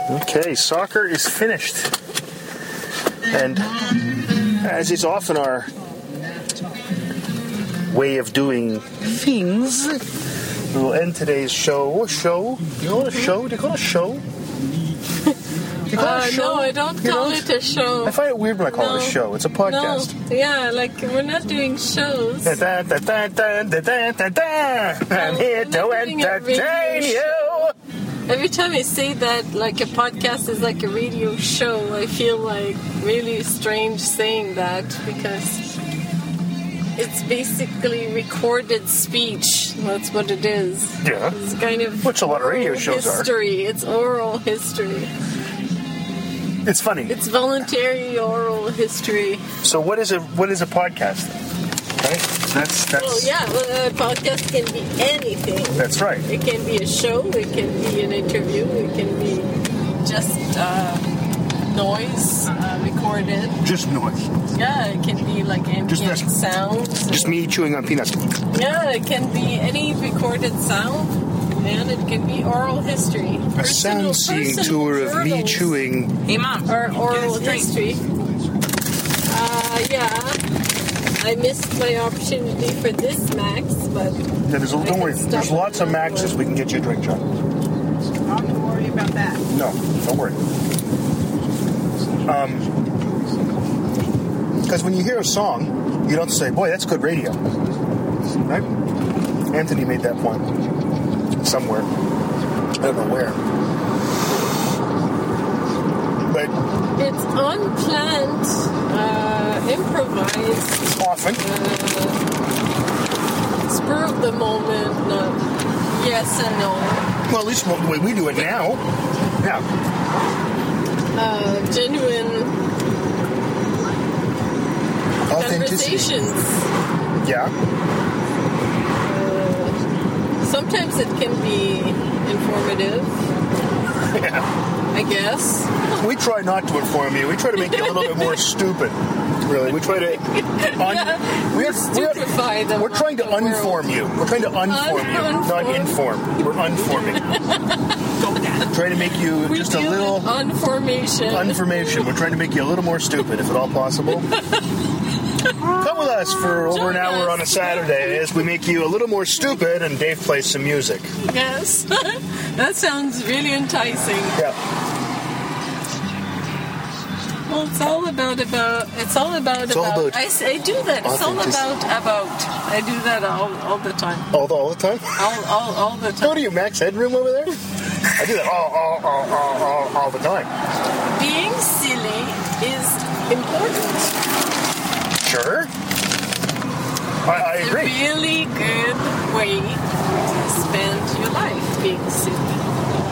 Speaker 2: Okay, soccer is finished. And as is often our way of doing things, we will end today's show. Show? Do you call it a show? Do you call it a show? Do you call it
Speaker 1: Uh,
Speaker 2: a show?
Speaker 1: no, I don't
Speaker 2: You
Speaker 1: call it a show.
Speaker 2: I find it weird when I call it a
Speaker 1: No.
Speaker 2: show. It's a podcast.
Speaker 1: No, yeah, like we're not doing shows.
Speaker 2: Da, da, da, da, da, da, da, da, da. I'm
Speaker 1: No,
Speaker 2: here
Speaker 1: we're
Speaker 2: to
Speaker 1: not doing a
Speaker 2: entertain
Speaker 1: radio
Speaker 2: you.
Speaker 1: Every time I say that, like a podcast is like a radio show, I feel like really strange saying that because it's basically recorded speech. That's what it is.
Speaker 2: Yeah.
Speaker 1: It's kind of
Speaker 2: Which a lot of radio
Speaker 1: oral
Speaker 2: shows are.
Speaker 1: history. It's oral history.
Speaker 2: It's funny.
Speaker 1: It's voluntary oral history.
Speaker 2: So what is a what is a podcast? Right? That's that's
Speaker 1: Well, yeah, well, a podcast can be anything.
Speaker 2: that's right.
Speaker 1: It can be a show, it can be an interview, it can be just uh, noise uh, recorded.
Speaker 2: Just noise.
Speaker 1: Yeah, it can be like
Speaker 2: Just
Speaker 1: ambient
Speaker 2: this.
Speaker 1: sounds.
Speaker 2: Just me chewing on peanuts.
Speaker 1: Yeah, it can be any recorded sound, and it can be oral history.
Speaker 2: A sound seeing tour of me chewing.
Speaker 3: Hey, mom.
Speaker 1: Or oral
Speaker 3: Get us a
Speaker 1: history. Uh, yeah. I missed my opportunity for this, Max, but
Speaker 2: Yeah, there's a,
Speaker 1: I
Speaker 2: don't
Speaker 1: can
Speaker 2: worry.
Speaker 1: stop
Speaker 2: There's
Speaker 1: it
Speaker 2: lots of
Speaker 1: now.
Speaker 2: Maxes. We can get you a drink, John.
Speaker 8: Don't worry about that.
Speaker 2: No, don't worry. Um, because when you hear a song, you don't say, "Boy, that's good radio," right? Anthony made that point somewhere. I don't know where. But
Speaker 1: it's unplanned, uh, improvised,
Speaker 2: often,
Speaker 1: uh, spur of the moment, not yes and no.
Speaker 2: well, at least the way we do it now. Yeah.
Speaker 1: uh, genuine
Speaker 2: Authenticity.
Speaker 1: conversations.
Speaker 2: Yeah.
Speaker 1: Sometimes it can be informative,
Speaker 2: yeah.
Speaker 1: I guess.
Speaker 2: We try not to inform you. We try to make you a little bit more stupid. Really, we
Speaker 1: *laughs*
Speaker 2: try to. Un- we are,
Speaker 1: stupefy
Speaker 2: we
Speaker 1: them
Speaker 2: are, we're trying to
Speaker 1: like the world.
Speaker 2: unform you. We're trying to unform you, not
Speaker 1: Unform.
Speaker 2: inform.
Speaker 1: *laughs*
Speaker 2: We're unforming. trying to make you
Speaker 1: We
Speaker 2: just a
Speaker 1: deal with
Speaker 2: little
Speaker 1: unformation.
Speaker 2: unformation. We're trying to make you a little more stupid, if at all possible. Come with us for over an
Speaker 1: Join
Speaker 2: hour
Speaker 1: us.
Speaker 2: on a Saturday as we make you a little more stupid, and Dave plays some music.
Speaker 1: *laughs* yes, *laughs* that sounds really enticing.
Speaker 2: Yeah.
Speaker 1: Well, it's all about about. It's all about
Speaker 2: It's all
Speaker 1: about.
Speaker 2: about
Speaker 1: I, s- I do that. It's all
Speaker 2: authentic-
Speaker 1: about about. I do that all, all the time.
Speaker 2: All the, all the time? *laughs*
Speaker 1: All, all, all the time.
Speaker 2: Go to your Max Headroom over there. I do that all, all, all, all, all, all the time.
Speaker 1: Being silly is important.
Speaker 2: Sure. I, I
Speaker 1: It's a
Speaker 2: agree.
Speaker 1: really good way to spend your life being silly.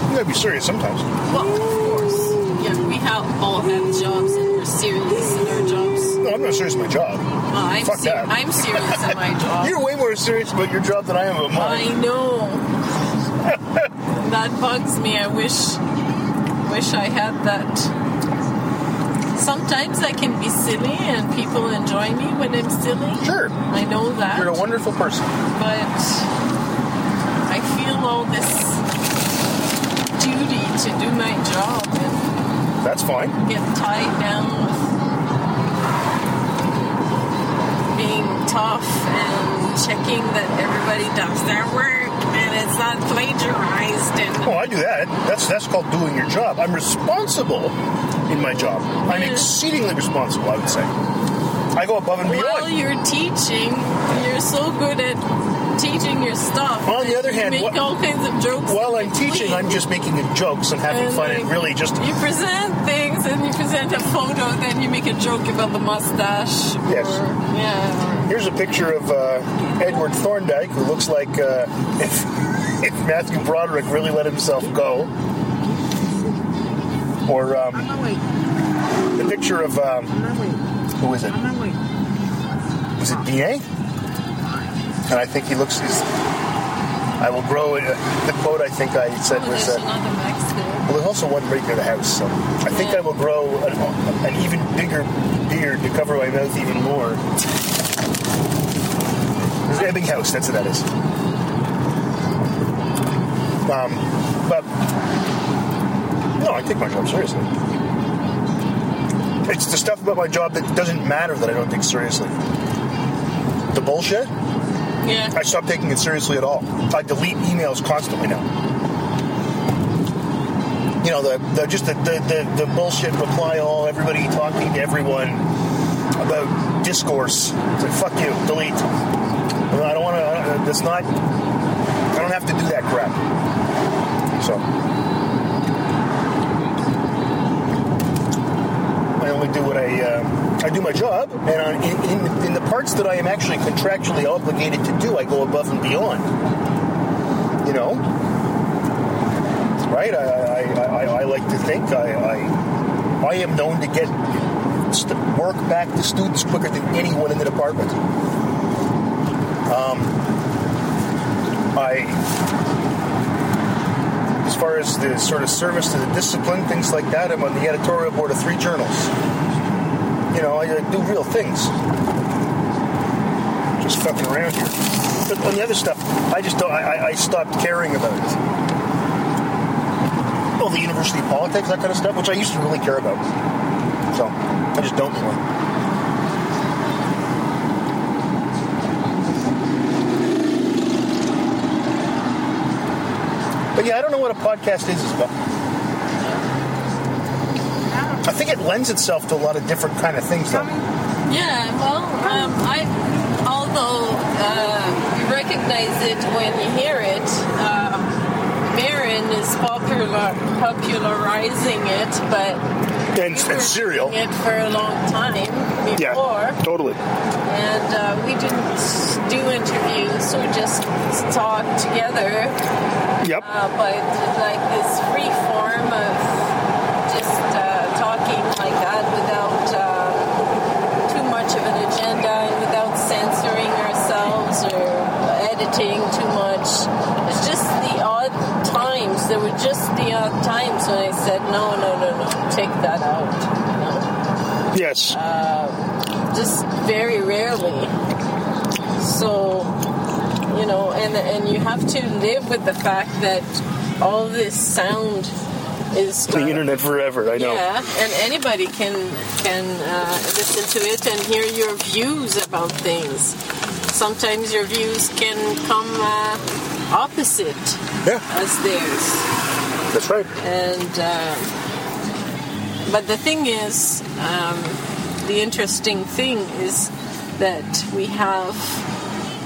Speaker 2: You gotta be serious sometimes.
Speaker 1: Well, of course. Yeah, we have all have jobs and we're serious in our jobs.
Speaker 2: No, I'm not serious at my job.
Speaker 1: Well, I'm,
Speaker 2: Fuck
Speaker 1: ser-
Speaker 2: that.
Speaker 1: I'm serious in
Speaker 2: *laughs*
Speaker 1: my job.
Speaker 2: You're way more serious about your job than I am about mine.
Speaker 1: I know. that bugs me. I wish wish I had that. Sometimes I can be silly and people enjoy me when I'm silly.
Speaker 2: Sure.
Speaker 1: I know that.
Speaker 2: You're a wonderful person.
Speaker 1: but I feel all this duty to do my job and
Speaker 2: That's fine.
Speaker 1: get tied down with being tough and checking that everybody does their work and it's not plagiarized and
Speaker 2: Oh, I do that. That's that's called doing your job. I'm responsible in my job. I'm
Speaker 1: Yeah.
Speaker 2: exceedingly responsible. I would say. I go above and beyond.
Speaker 1: while you're teaching, you're so good at teaching your stuff.
Speaker 2: On the
Speaker 1: that
Speaker 2: other
Speaker 1: you
Speaker 2: hand,
Speaker 1: make
Speaker 2: what-
Speaker 1: all kinds of jokes.
Speaker 2: While I'm
Speaker 1: between.
Speaker 2: teaching, I'm just making jokes and having
Speaker 1: And,
Speaker 2: fun
Speaker 1: like,
Speaker 2: and really just
Speaker 1: You present things and you present a photo, then you make a joke about the mustache. Or,
Speaker 2: Yes.
Speaker 1: Yeah.
Speaker 2: Here's a picture of uh, Edward Thorndike, who looks like uh, if, if Matthew Broderick really let himself go. Or
Speaker 9: I'm
Speaker 2: um,
Speaker 9: not waiting.
Speaker 2: the picture of, um,
Speaker 9: I'm not waiting.
Speaker 2: who is it?
Speaker 9: I'm not waiting.
Speaker 2: Is it B.A.? And I think he looks, he's, I will grow, it. uh, the quote I think I said
Speaker 1: Oh,
Speaker 2: was,
Speaker 1: there's
Speaker 2: uh,
Speaker 1: another Max there.
Speaker 2: well, there's also one right near the house, so I think I will grow an, an even bigger beard to cover my mouth even more. There's Ebbinghaus, that's what that is. Um, but no, I take my job seriously. It's the stuff about my job that doesn't matter that I don't take seriously. The bullshit,
Speaker 1: Yeah.
Speaker 2: I stopped taking it seriously at all. I delete emails constantly now. You know, the, the just the, the, the, the bullshit reply all, everybody talking to everyone about discourse. It's like, fuck you, delete. I don't want to, that's not, I don't have to do that crap. So. I only do what I, uh, I do my job, and on, in, in, in the parts that I am actually contractually obligated to do, I go above and beyond. You know, right? I, I, I, I- I like to think I, I, I am known to get st- work back to students quicker than anyone in the department. Um, I, as far as the sort of service to the discipline, things like that, I'm on the editorial board of three journals. You know, I uh, do real things. Just fucking around here. But on the other stuff, I just don't, I, I- I stopped caring about it. All the university politics, that kind of stuff, which I used to really care about. So, I just don't anymore. But yeah, I don't know what a podcast is, Isabel. I think it lends itself to a lot of different kind of things, though.
Speaker 1: Yeah. Well, um, I although uh, you recognize it when you hear it, um, Marin is popular popularizing it, but
Speaker 2: And,
Speaker 1: we were
Speaker 2: and cereal.
Speaker 1: doing it for a long time
Speaker 2: Yeah,
Speaker 1: before.
Speaker 2: totally.
Speaker 1: and uh, we didn't do interviews. We just talked together,
Speaker 2: Yep.
Speaker 1: uh, but like this free form of just uh, talking like that without uh, too much of an agenda and without censoring ourselves or editing too much. It's just the odd times. There were just the odd times when I said, no, no, no, no, take that out. No
Speaker 2: yes.
Speaker 1: just very rarely. So, you know, and and you have to live with the fact that all this sound is
Speaker 2: the internet forever. I know.
Speaker 1: Yeah, and anybody can can uh, listen to it and hear your views about things. Sometimes your views can come uh, opposite
Speaker 2: Yeah,
Speaker 1: as theirs
Speaker 2: that's right.
Speaker 1: and uh, But the thing is, um, the interesting thing is that we have,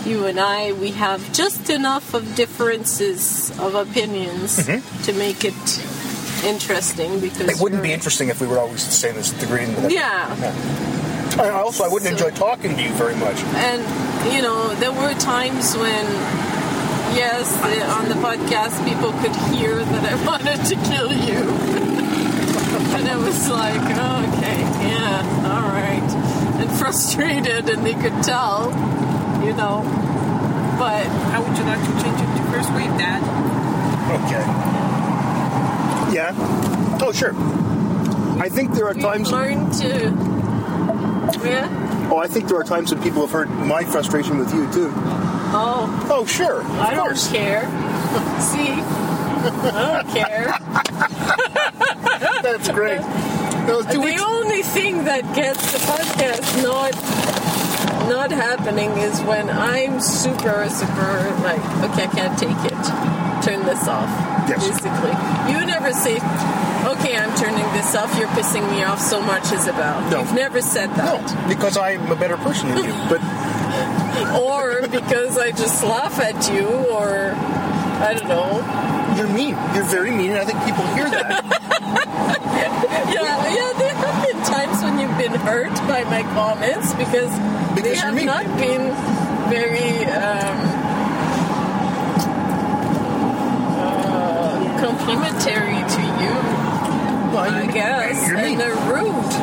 Speaker 1: you and I, we have just enough of differences of opinions to make it interesting because
Speaker 2: Mm-hmm. It wouldn't be
Speaker 1: we're-
Speaker 2: interesting if we were always the same as degree. in the-
Speaker 1: Yeah.
Speaker 2: I also, I wouldn't
Speaker 1: So-
Speaker 2: enjoy talking to you very much.
Speaker 1: and you know there were times when yes the- on the podcast people could hear that i *laughs* wanted to kill you *laughs* and it was like oh, okay yeah all right and frustrated and they could tell you know but
Speaker 9: How would you like to change it to first wave, Dad?
Speaker 2: Okay. Yeah. Oh, sure. I think there are
Speaker 1: we've
Speaker 2: times.
Speaker 1: learned to yeah
Speaker 2: Oh, I think there are times that people have heard my frustration with you too.
Speaker 1: oh
Speaker 2: Oh, sure. Of
Speaker 1: i don't
Speaker 2: course.
Speaker 1: care *laughs* see i don't care
Speaker 2: That's great.
Speaker 1: *laughs*
Speaker 2: Those two
Speaker 1: the
Speaker 2: weeks.
Speaker 1: only thing that gets the podcast not not happening is when I'm super super like okay I can't take it turn this off
Speaker 2: Yes.
Speaker 1: basically you never say okay I'm turning this off you're pissing me off so much Isabel
Speaker 2: No.
Speaker 1: you've never said that
Speaker 2: No, because I'm a better person than you. But
Speaker 1: or because I just laugh at you or I don't know
Speaker 2: you're mean. You're very mean, and I think people
Speaker 1: *laughs*
Speaker 2: hear that.
Speaker 1: yeah yeah there have been times when you've been hurt by my comments because, they
Speaker 2: Because
Speaker 1: have
Speaker 2: you're mean.
Speaker 1: not been very um, uh, complimentary to you,
Speaker 2: Well,
Speaker 1: I
Speaker 2: you're-
Speaker 1: guess.
Speaker 2: You're
Speaker 1: And
Speaker 2: mean.
Speaker 1: they're rude.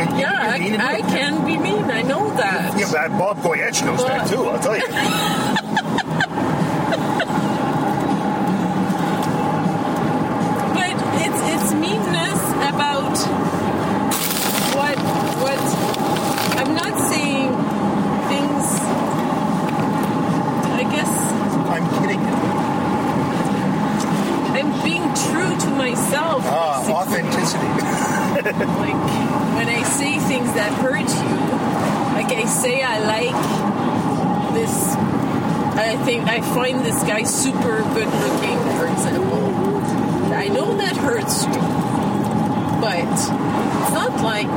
Speaker 2: And you're
Speaker 1: Yeah, I,
Speaker 2: mean and
Speaker 1: I
Speaker 2: rude.
Speaker 1: can be mean. I know that.
Speaker 2: Yeah, but Bob Goyetch knows that too. I'll tell you.
Speaker 1: But it's it's meanness about what what I'm not saying things I guess
Speaker 2: *laughs* I'm kidding.
Speaker 1: I'm being true to myself.
Speaker 2: Ah,
Speaker 1: basically.
Speaker 2: authenticity.
Speaker 1: like when I say things that hurt you, like I say I like this. I think I find this guy super good looking, for example. I know that hurts you, but it's not like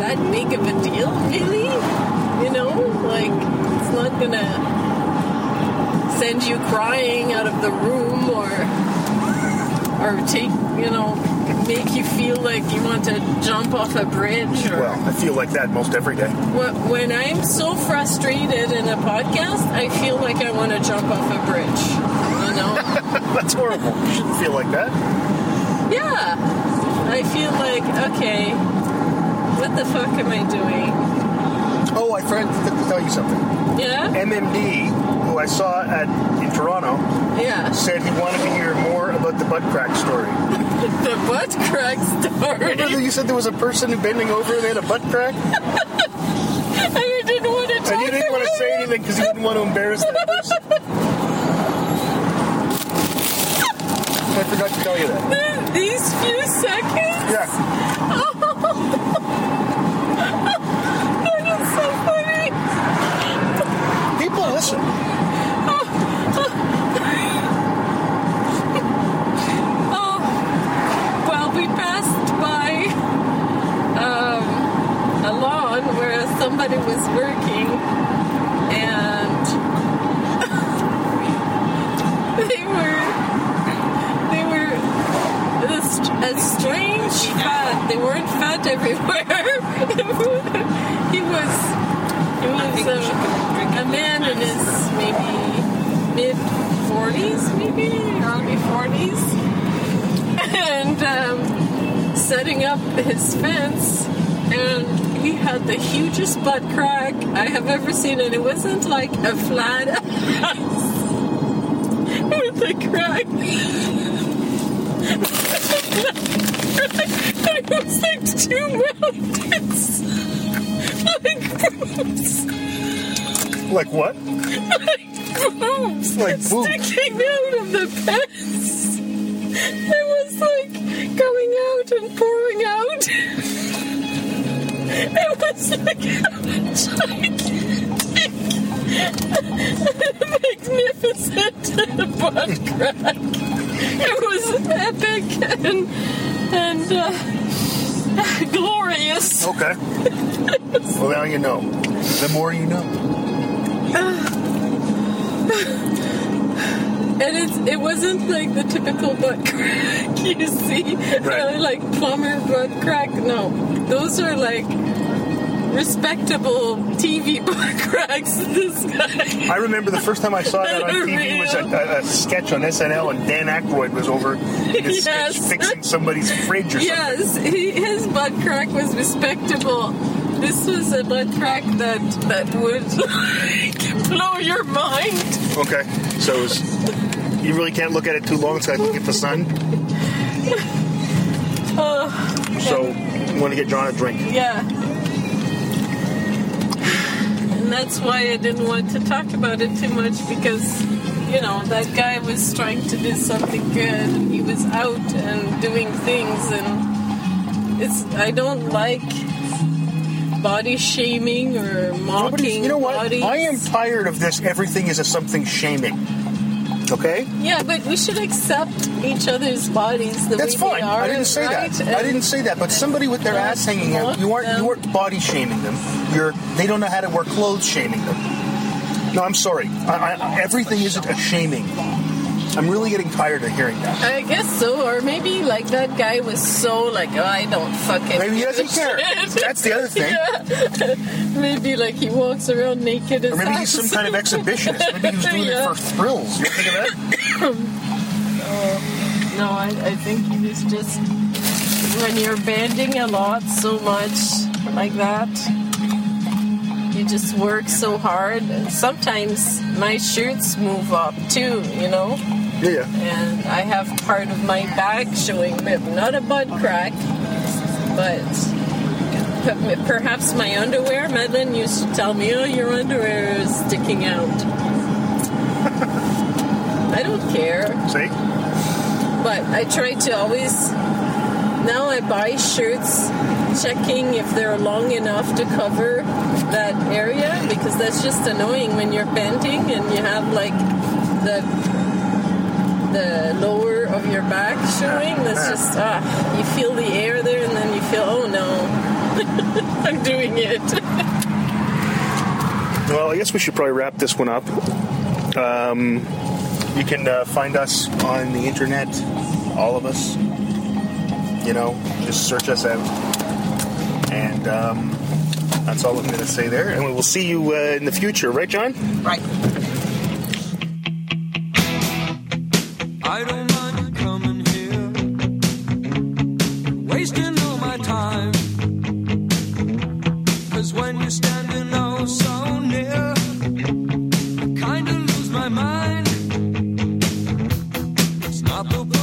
Speaker 1: that big of a deal, really. You know, like it's not gonna send you crying out of the room or or take you know make you feel like you want to jump off a bridge or
Speaker 2: Well, I feel like that most every day. *laughs*
Speaker 1: Wh- when i'm so frustrated in a podcast i feel like i want to jump off a bridge you
Speaker 2: *laughs*
Speaker 1: know
Speaker 2: That's horrible. You shouldn't feel like that.
Speaker 1: yeah i feel like okay what the fuck am i doing
Speaker 2: Oh, I forgot to tell you something.
Speaker 1: yeah
Speaker 2: MMD, who I saw at in Toronto,
Speaker 1: yeah
Speaker 2: said he wanted to hear more about the butt crack story.
Speaker 1: the butt crack
Speaker 2: *laughs* Remember
Speaker 1: story
Speaker 2: you said there was a person who bending over and they had a butt crack,
Speaker 1: and you didn't want to talk
Speaker 2: and you didn't want to
Speaker 1: about
Speaker 2: say
Speaker 1: it?
Speaker 2: anything because you didn't want to embarrass that person. I forgot to tell you that.
Speaker 1: *laughs* these few seconds *laughs*
Speaker 2: Yeah,
Speaker 1: that is so funny
Speaker 2: people listen.
Speaker 1: Oh, well, we passed by um, a lawn where somebody was working, and *laughs* they were they were a, str- a strange fat. They weren't fat everywhere. *laughs* he was he was a, a man in his maybe mid forties, maybe early forties and um, setting up his fence. And he had the hugest butt crack I have ever seen, and it wasn't like a flat ass *laughs* with a crack. *laughs* it was like two mountains. *laughs* like boobs.
Speaker 2: Like what?
Speaker 1: Like boobs.
Speaker 2: Like boobs.
Speaker 1: Sticking out of the fence. It was like going out and pouring out. It was like gigantic, magnificent butt crack. It was epic and and uh,
Speaker 3: Glorious.
Speaker 2: Okay. *laughs* well, now you know. The more you know.
Speaker 1: And it's it wasn't like the typical butt crack *laughs* you see,
Speaker 2: Right.
Speaker 1: uh, like plumber butt crack. No, those are like respectable TV *laughs* butt cracks. This guy,
Speaker 2: I remember the first time I saw that on TV was a, a, a sketch on SNL, and Dan Aykroyd was over in his sketch
Speaker 1: Yes.
Speaker 2: fixing somebody's fridge or something.
Speaker 1: yes, he, his butt crack was respectable. This was a butt crack that that would *laughs* like, blow your mind.
Speaker 2: Okay. So it was, you really can't look at it too long, so I can get the sun.
Speaker 1: Oh.
Speaker 2: So, you want to get John a drink.
Speaker 1: Yeah. And that's why I didn't want to talk about it too much because, you know, that guy was trying to do something good. He was out and doing things, and it's. I don't like body shaming or
Speaker 2: Nobody's-
Speaker 1: mocking
Speaker 2: you know what?
Speaker 1: bodies.
Speaker 2: I am tired of this. Everything is a something shaming. Okay,
Speaker 1: Yeah, but we should accept each other's bodies the
Speaker 2: that's
Speaker 1: way
Speaker 2: fine.
Speaker 1: they are.
Speaker 2: I didn't say
Speaker 1: right?
Speaker 2: that. I
Speaker 1: And-
Speaker 2: didn't say that. But somebody with their
Speaker 1: don't
Speaker 2: ass hanging out, you aren't you
Speaker 1: mock
Speaker 2: aren't body shaming them. You're they don't know how to wear clothes, shaming them. No, I'm sorry. I, I, everything isn't a shaming. I'm really getting tired of hearing that.
Speaker 1: I guess so, or maybe like that guy was so like, oh, I don't fucking.
Speaker 2: Maybe he
Speaker 1: give a
Speaker 2: doesn't care.
Speaker 1: shit."
Speaker 2: That's the other thing.
Speaker 1: Maybe like he walks around naked.
Speaker 2: Or maybe he's some kind of exhibitionist. Maybe he was doing
Speaker 1: Yeah.
Speaker 2: it for thrills. You think of that?
Speaker 1: No, I, I think he was just when you're banding a lot so much like that, you just work so hard, and sometimes my shirts move up too, you know.
Speaker 2: Yeah, yeah.
Speaker 1: and I have part of my back showing, but not a butt crack, but p- perhaps my underwear. Madeline used to tell me, "Oh, your underwear is sticking out." *laughs* I don't care,
Speaker 2: See?
Speaker 1: but I try to always. Now I buy shirts, checking if they're long enough to cover that area because that's just annoying when you're bending and you have like the the lower of your back showing. That's just ah, you feel the air there, and then you feel oh no, *laughs* I'm doing it.
Speaker 2: Well, I guess we should probably wrap this one up. Um, you can uh, find us on the internet, all of us. You know, just search us out. And um, that's all I'm going to say there. And we will see you uh, in the future, right, John?
Speaker 9: Right.
Speaker 7: I don't mind coming here, wasting all my time. 'Cause when you're standing oh so near, I kinda lose my mind. It's not the oh